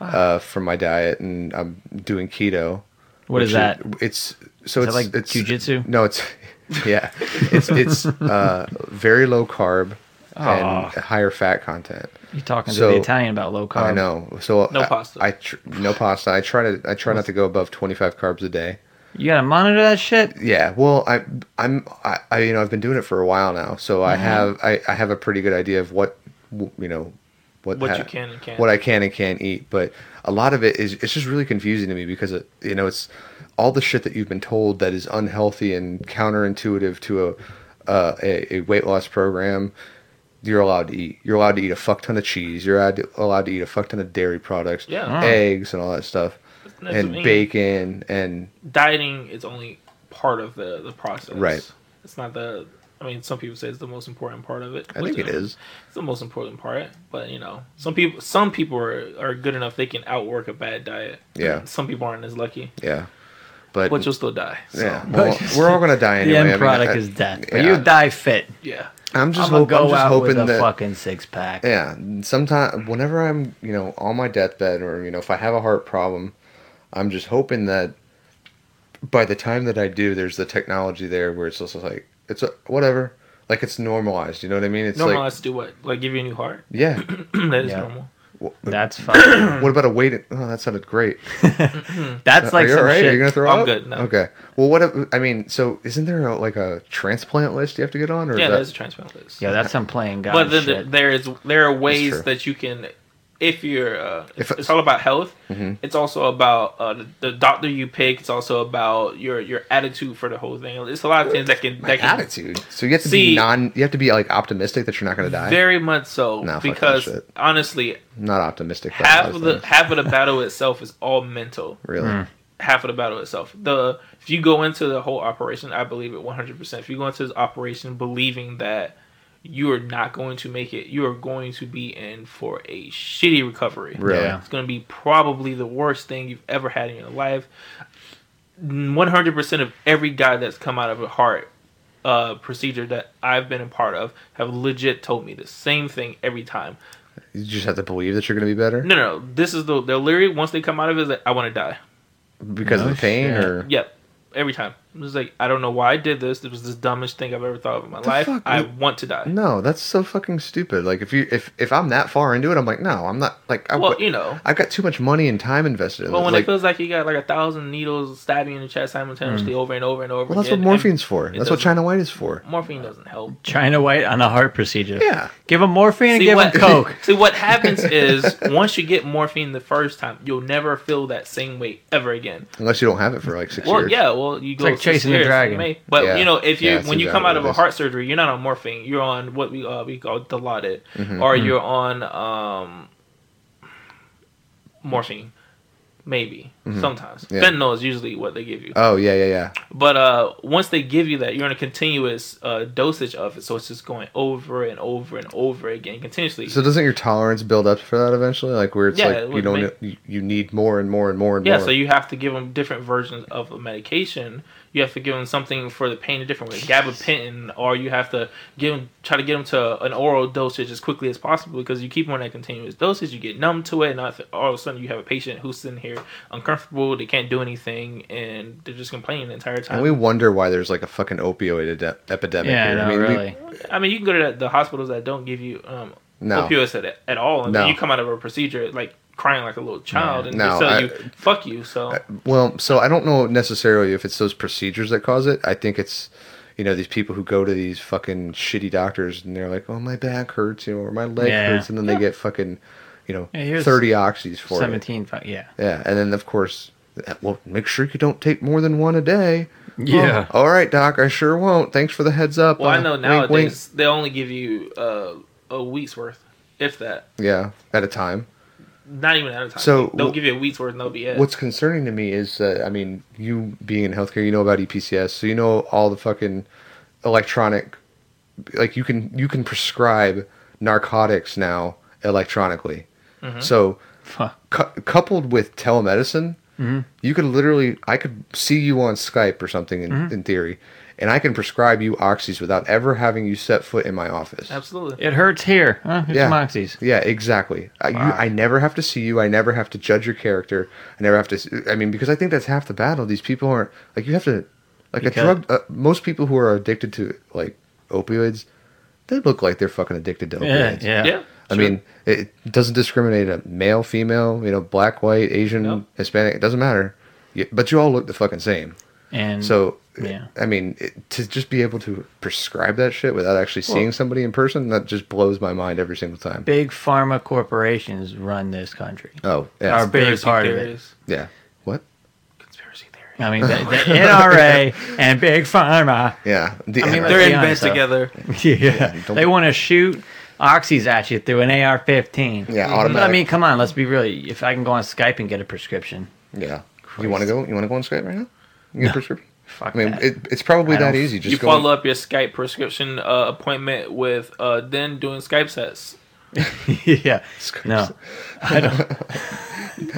C: uh, from my diet, and I'm doing keto.
E: What is
C: which
E: that?
C: it's so
E: Is
C: it's
E: that like
C: it's
E: jujitsu?
C: No, it's yeah, it's it's uh, very low carb
D: Ah.
C: and higher fat content.
E: You're talking
C: So-
E: to the Italian about low carb.
C: I know. So
D: Um, No
C: I,
D: pasta.
C: I tr- no pasta. I try to. I try not to go above twenty five carbs a day.
E: You gotta monitor that shit.
C: Yeah. Well, I, I'm. I, I. You know, I've been doing it for a while now, so I
D: Mm-hmm.
C: have. I, I have a pretty good idea of what. w- You know, what
D: What you can and can't.
C: What I can and can't eat, but a lot of it is. It's just really confusing to me because it. You know, it's all the shit that you've been told that is unhealthy and counterintuitive to a uh, a, a weight loss program. you're allowed to eat. You're allowed to eat a fuck ton of cheese. You're allowed to, allowed to eat a fuck ton of dairy products,
D: Yeah.
E: Oh.
C: eggs, and all that stuff,
D: That's
C: and
D: what I mean.
C: bacon, and
D: Dieting is only part of the the process.
C: Right.
D: It's not the. I mean, some people say it's the most important part of it.
C: I think it
D: which,
C: is.
D: It's the most important part, but you know, some people some people are, are good enough they can outwork a bad diet.
C: Yeah.
D: Some people aren't as lucky,
C: Yeah, but
D: but you'll still die. So,
C: yeah,
D: yeah.
C: we're all- we're all gonna die anyway.
E: the
C: I
E: end
C: mean,
E: product
C: I-
E: is death.
C: yeah.
E: But you die fit.
C: I'm just,
E: I'm gonna
C: hope,
E: go
C: I'm just
E: out
C: hoping
E: with a
C: that
E: fucking six pack.
C: Yeah, sometimes whenever I'm, you know, on my deathbed or you know, if I have a heart problem, I'm just hoping that by the time that I do, there's the technology there where it's just like it's a, whatever, like it's normalized. You know what I mean? It's
D: Normalized
C: like
D: to do what? Like give you a new heart?
C: yeah.
D: that is
E: Yeah.
D: normal.
E: That's fucking.
C: what about a weight? Oh, that sounded great.
E: That's
C: Are
E: like
C: you
E: some
C: all right? Are
E: shit.
C: you gonna throw
D: I'm
C: up?
D: good, no.
C: Okay. Well, what? If, I mean, so isn't there a, like a transplant list you have to get on? Or
D: yeah,
C: is that-
D: that's a transplant list.
E: Yo, that's some playing God
D: but then
E: shit.
D: there is there are
C: true.
D: ways that you can if you're uh,
C: If Mm-hmm.
D: it's,
C: it's-
D: it's all about health it's also about uh, the, the doctor you pick it's also about your your attitude for the whole thing it's a lot of things that can
C: my
D: that can
C: attitude. So you have to be
D: See-
C: non. You have to be like optimistic that you're not gonna die.
D: very much so
C: Nah, fuck that
D: because
C: shit.
D: honestly
C: not optimistic. about a
D: half
C: lot
D: of
C: of
D: the
C: things.
D: half of the battle itself is all mental
C: really.
E: Hmm.
D: half of the battle itself. The if you go into the whole operation, I believe it one hundred percent. If you go into this operation believing that you are not going to make it, you are going to be in for a shitty recovery.
C: Really?
E: Yeah.
D: it's going to be probably the worst thing you've ever had in your life. One hundred percent of every guy that's come out of a heart uh, procedure that I've been a part of have legit told me the same thing every time.
C: You just have to believe that you're going to be better
D: No, no, no, this is the their lyric. Once they come out of it, is like, I want to die.
C: because
E: No
C: of the pain,
E: shit.
C: or
D: Yep. Every time. It was like, I don't know why I did this. This was the dumbest thing I've ever thought of in my life.
C: fuck?
D: I want to die.
C: no, that's so fucking stupid. Like if you if if I'm that far into it, I'm like, no, I'm not. Like I,
D: Well, you know.
C: I've got too much money and time invested. In
D: But
C: this.
D: when
C: like,
D: it feels like you got like a thousand needles stabbing you in the chest simultaneously over and over and over
C: Hmm. well, that's what
D: again,
C: morphine's for.
D: it
C: That's what
D: doesn't-
C: China White is for.
D: and morphine doesn't help.
E: China White on a heart procedure.
C: Yeah.
E: Give him morphine and give him coke.
D: See what happens is once you get morphine the first time, you'll never feel that same way ever again.
C: Unless you don't have it for like six
D: Well,
C: years.
D: yeah, well, you go
E: like
D: six
E: chasing the
D: years, you
E: dragon.
D: may- But
C: Yeah.
D: you know, if you
C: Yeah, that's
D: when you
C: exactly
D: come out of
C: what it
D: a
C: is.
D: heart surgery, you're not on morphine. You're on what we uh, we call Dilaudid,
E: Mm-hmm,
D: or you're on um, morphine, maybe
E: Mm-hmm.
D: sometimes.
C: Yeah.
D: Fentanyl is usually what they give
E: Uh.
D: you.
C: Oh yeah, yeah, yeah.
D: But uh, once they give you that, you're on a continuous uh, dosage of it, so it's just going over and over and over again continuously.
C: So doesn't your tolerance build up for that eventually? Like where it's
D: Yeah, it
C: like you
D: would
C: don't
D: make-
C: you, you need more and more and more and
D: Yeah,
C: more.
D: so you have to give them different versions of a medication. You have to give them something for the pain a different way, gabapentin, or you have to give them try to get them to an oral dosage as quickly as possible because you keep on that continuous dosage, you get numb to it, and all of a- all of a sudden you have a patient who's sitting here uncomfortable, they can't do anything, and they're just complaining the entire time.
C: and we wonder why there's like a fucking opioid ede- epidemic.
E: Yeah,
C: here.
E: no,
C: we-
E: really.
D: I mean, you can go to the, the hospitals that don't give you um,
C: No.
D: opioids at, at all, and
C: No.
D: you come out of a procedure like crying like a little child, and
C: No,
D: they tell
C: I-
D: you "fuck you." So
C: Well, so I don't know necessarily if it's those procedures that cause it. I think it's, you know, these people who go to these fucking shitty doctors and they're like, oh, my back hurts, you know, or my leg
E: Yeah.
C: hurts, and then they get fucking, you know,
E: Yeah, here's
C: 30 oxys for it.
E: 17, fuck, yeah.
C: Yeah, and then of course, well, make sure you don't take more than one a day.
E: Yeah.
C: "Oh, all right, doc, I sure won't. Thanks for the heads up.
D: Well, I
C: Uh,
D: know
C: wink,
D: nowadays
C: wink."
D: they only give you uh, a week's worth, if that.
C: Yeah, at a time.
D: Not even at a time.
C: So,
D: they'll
C: wh-
D: give you a week's worth, and they'll be it.
C: What's concerning to me is that I mean, you being in healthcare, you know about E EPCS, so you know all the fucking electronic. Like you can you can prescribe narcotics now electronically. So
E: Fuck.
C: cou- coupled with telemedicine, you could literally I could see you on Skype or something in, in theory, and I can prescribe you oxys without ever having you set foot in my office.
D: Absolutely.
E: It hurts here. Huh? Here's
C: Yeah.
E: some oxys.
C: Yeah, exactly. I, you, I never have to see you. I never have to judge your character. I never have to. s- I mean, because I think that's half the battle. These people aren't like you have to like
E: Because-
C: a drug. Uh, most people who are addicted to like opioids, they look like they're fucking addicted to
E: Yeah,
C: opioids.
E: yeah.
D: Yeah.
C: I
D: sure.
C: mean, it doesn't discriminate a male, female, you know, black, white, Asian,
D: No.
C: Hispanic. It doesn't matter. You, but you all look the fucking same.
E: And
C: So,
E: Mm-hmm. Yeah.
C: I mean, it, to just be able to prescribe that shit without actually seeing somebody in person, that just blows my mind every single time.
E: big pharma corporations run this country.
C: Oh, yeah.
E: Are big
D: Conspiracy
E: part of it.
D: theories.
C: Yeah. What?
D: Conspiracy theories.
E: I mean, the, the NRA and big pharma.
C: Yeah. The
E: I mean,
C: NRA.
E: Let's
D: They're
E: be
D: in bed
E: honest, though.
D: together.
E: Yeah.
C: don't-
E: They want to shoot oxys at you through an AR-15.
C: Yeah,
E: But I
C: automatic.
E: mean, come on, let's be real. If I can go on Skype and get a prescription,
C: Yeah. You want to go? You want to go on Skype right now? You get a prescription?
E: fuck
C: I mean,
E: that.
C: it, it's probably
E: I
C: that
E: don't-
C: easy. Just
D: you
C: go on-
D: follow up your Skype prescription uh, appointment with uh, then doing Skype sets.
E: yeah,
C: Skype's-
E: no,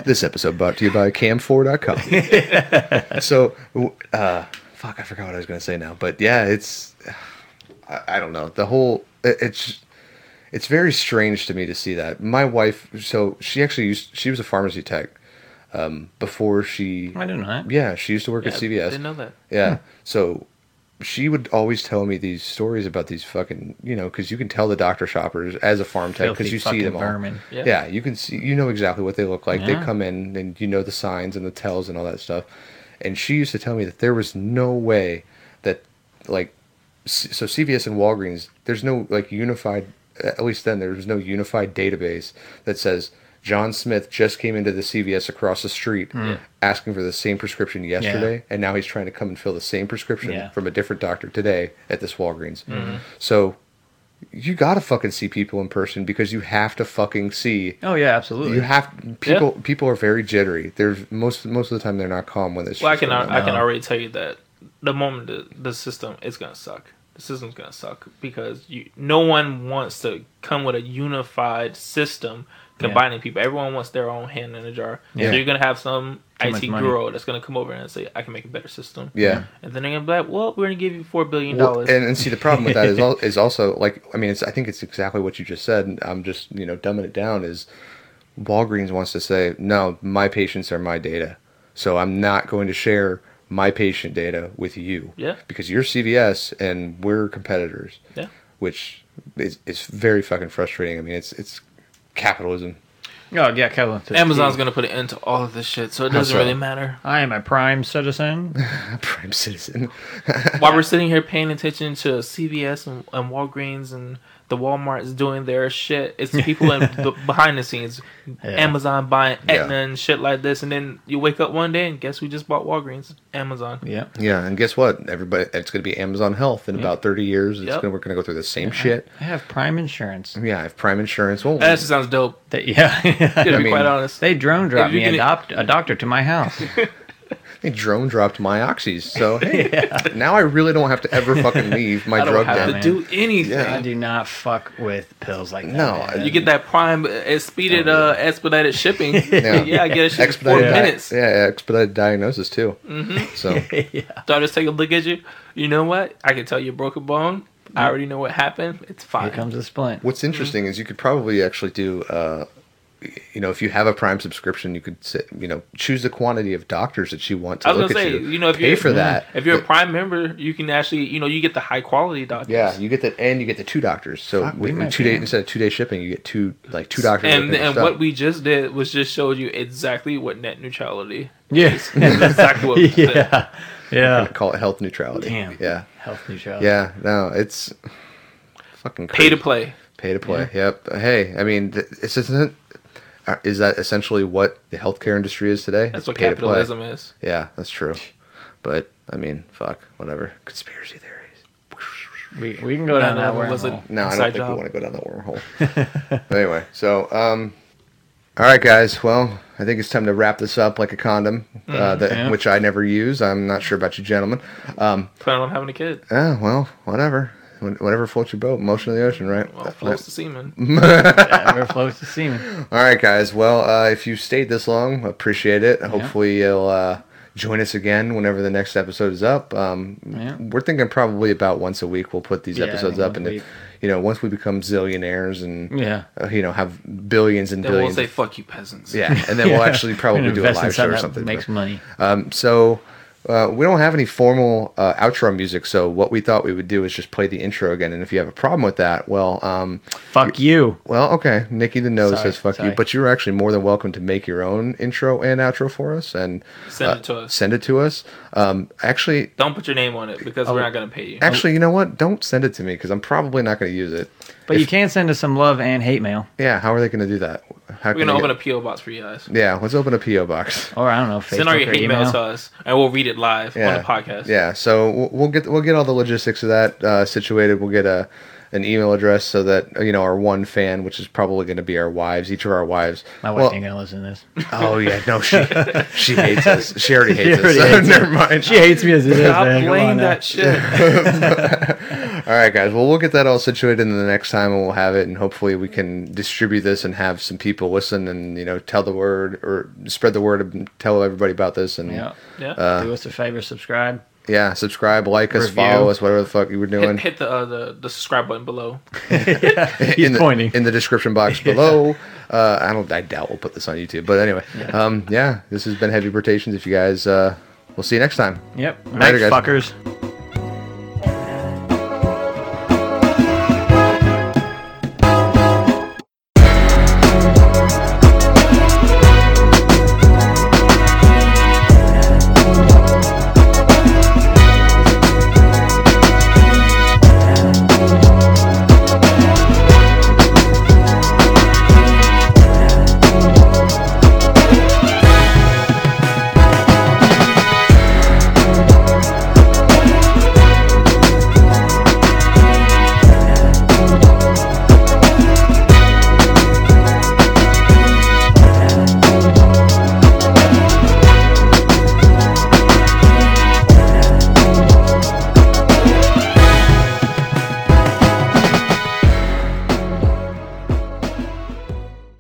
C: This episode brought to you by cam4.com. so, w- uh, fuck, I forgot what I was going to say now. But yeah, it's, I, I don't know. The whole, it- it's, it's very strange to me to see that. My wife, so she actually used, she was a pharmacy tech um, before she,
E: I don't know. that.
C: yeah, she used to work
D: Yeah,
C: at CVS.
D: Didn't know that.
C: Yeah. So she would always tell me these stories about these fucking, you know, because you can tell the doctor shoppers as a farm tech
E: Filthy
C: because you see
E: fucking
C: them all.
E: vermin.
D: Yeah.
C: Yeah. you can see, you know exactly what they look like.
E: Yeah.
C: They come in and you know the signs and the tells and all that stuff. And she used to tell me that there was no way that, like, C- so CVS and Walgreens, there's no like unified. At least then there was no unified database that says John Smith just came into the CVS across the street
E: Mm.
C: asking for the same prescription yesterday, and now he's trying to come and fill the same prescription
E: Yeah.
C: from a different doctor today at this Walgreens.
D: Mm-hmm.
C: So you gotta fucking see people in person because you have to fucking see.
E: Oh yeah, absolutely.
C: You have people. People are very jittery. They're most most of the time they're not calm when this.
D: Well, I
C: shit's
D: can
C: going on.
D: I can already tell you that the moment the, the system is gonna suck. The system's gonna suck because you no one wants to come with a unified system combining people. Everyone wants their own hand in a jar.
E: Yeah.
D: So you're gonna have some
E: Too much
D: IT
E: money.
D: guru that's gonna come over and say, "I can make a better system."
C: Yeah.
D: and then they're gonna be like, "Well, we're gonna give you four billion
C: Well,
D: dollars."
C: and, and see, the problem with that is, al- is also like, I mean, it's, I think it's exactly what you just said. and I'm just, you know, dumbing it down. Is Walgreens wants to say, no, my patients are my data, so I'm not going to share my patient data with you.
D: Yeah.
C: Because you're CVS and we're competitors.
D: Yeah.
C: Which is, is very fucking frustrating. I mean, it's it's capitalism.
E: oh yeah, Kevin. says,
D: Amazon's
E: "Gee,
D: gonna put an end to all of this shit, so it doesn't
C: so?
D: really matter.
E: I am a prime citizen.
C: Prime citizen.
D: While we're sitting here paying attention to CVS and, and Walgreens and the Walmart's doing their shit, it's the people in the, behind the scenes, Amazon buying Aetna
C: Yeah.
D: and shit like this, and then you wake up one day and guess who just bought Walgreens? Amazon.
E: Yeah.
C: Yeah, and guess what? Everybody, it's going to be Amazon Health in about 30 years. It's
D: Yep.
C: gonna, we're going to go through the same shit.
E: I have prime insurance.
C: Yeah, I have Prime Insurance. Well,
D: That actually sounds dope.
E: That, yeah.
D: To be
C: I mean,
D: quite honest,
E: They drone dropped
D: If you
E: me a,
D: can-
E: dopt- a doctor to my house.
C: Hey, drone dropped my oxys, so hey, now I really don't have to ever fucking leave my
D: I
C: drug
D: don't have to
E: down,
C: den.
E: man.
D: do anything.
E: I do not fuck with pills like that.
C: No,
E: man.
D: You get that prime uh, expedited, uh, expedited shipping. yeah.
C: Yeah.
D: I get a shit in four
C: Expedited, di-
D: minutes.
C: yeah, expedited diagnosis too.
D: Mm-hmm.
C: So
D: So I just take a look at you. You know what? I can tell you broke a bone.
C: Mm-hmm.
D: I already know what happened. It's
E: Here
D: fine.
E: comes the splint.
C: what's interesting is you could probably actually do, uh, you know, if you have a Prime subscription, you could sit, you know choose the quantity of doctors that you want to
D: I was
C: look
D: gonna
C: at
D: say,
C: you.
D: you, know, if
C: pay
D: you're Mhm.
C: for that.
D: if you're a
C: but-
D: Prime member, you can actually, you know, you get the high quality doctors.
C: yeah, you get that, and you get the two doctors. So
E: Fuck, we
C: with- with
E: might
C: two
E: be
C: day
E: on.
C: instead of two day shipping, you get two like two doctors.
D: And
C: looking at
D: and
C: stuff.
D: what we just did was just showed you exactly what net neutrality.
E: Yes.
D: That's exactly what we did.
E: yeah. Yeah.
C: call it health neutrality.
E: Damn.
C: Yeah.
E: Health neutrality.
C: Yeah, no, it's fucking
D: Pay
C: crazy.
D: to play.
C: Pay to play. Yep. Hey, I mean, th- it's isn't. Is that essentially what the healthcare industry is today?
D: That's
C: It's
D: what
C: pay to play.
D: capitalism is.
C: Yeah, that's true. But I mean, fuck, whatever. Conspiracy theories.
E: We, we can go down that
D: no, it wasn't.
E: wormhole.
C: No, I
D: Side
C: don't think
D: job.
C: we want to go down that wormhole. but anyway, so um, all right, guys. Well, I think it's time to wrap this up like a condom, uh,
D: Mm-hmm.
C: that,
E: yeah.
C: which I never use. I'm not sure about you, gentlemen. Um,
D: Plan on having a kid.
C: yeah, well, whatever. Wh- Whatever floats your boat. Motion of the ocean, right?
D: Well, floats to semen.
E: Ever flows to semen.
C: All right, guys. Well, uh, if you stayed this long, appreciate it. Hopefully, you'll uh, join us again whenever the next episode is up. Um,
E: Yeah.
C: We're thinking probably about once a week. We'll put these
E: Yeah, I
C: episodes
E: think
C: up, and
E: once a
C: if, you know, once we become zillionaires and
E: Yeah.
C: uh, you know have billions and
D: Then we'll
C: billions,
D: say, "Fuck you, peasants."
C: yeah, and then we'll actually probably
E: Gonna
C: do a
E: invest in
C: live show or
E: that
C: something.
E: Makes
C: but-
E: money.
C: um, so uh, we don't have any formal uh, outro music. So what we thought we would do is just play the intro again. And if you have a problem with that, well, um,
E: Fuck you.
C: well, okay. Nikki the Nose
E: Sorry,
C: says fuck
E: sorry.
C: you, but you're actually more than welcome to make your own intro and outro for us and
D: Send
C: uh,
D: it to us.
C: Send it to us. Um, actually,
D: Don't put your name on it because we're not gonna pay you.
C: Oh. actually, you know what? Don't send it to me because I'm probably not going to use it.
E: But you can send us some love and hate mail.
C: Yeah, how are they going to do that? How
D: We're gonna open a PO box for you guys.
C: a. Yeah, let's open a PO box.
E: Or I don't know, Facebook
D: Send all your
E: or
D: hate mail
E: email.
D: to us, and we'll read it live on
C: Yeah,
D: the podcast.
C: Yeah, so we'll- we'll get we'll get all the logistics of that uh, situated. We'll get a an email address so that you know our one fan, which is probably going to be our wives, each of our wives.
E: My wife
C: Well,
E: ain't gonna listen to this.
C: Oh yeah, no, she she hates us. She already hates us.
E: already
C: So
E: hates
C: never mind.
E: She hates me as it is.
D: Stop
E: man. Come on
D: playing
E: now.
D: that shit.
C: All right, guys. Well, we'll get that all situated in the next time, and we'll have it, and hopefully we can distribute this and have some people listen and you know tell the word or spread the word and tell everybody about this and
E: Yeah.
D: Yeah.
C: Uh,
E: Do us a favor, subscribe.
C: yeah, subscribe, like us,
E: Review.
C: follow us, whatever the fuck you were doing.
D: hit, hit the, uh, the the subscribe button below.
E: He's
C: in the,
E: pointing.
C: in the description box below. Uh, I don't. I doubt we'll put this on YouTube, but anyway, um, yeah. This has been Heavy Rotations. If you guys, uh, we'll see you next time.
E: Yep.
C: Later,
E: Thanks,
C: guys.
E: fuckers.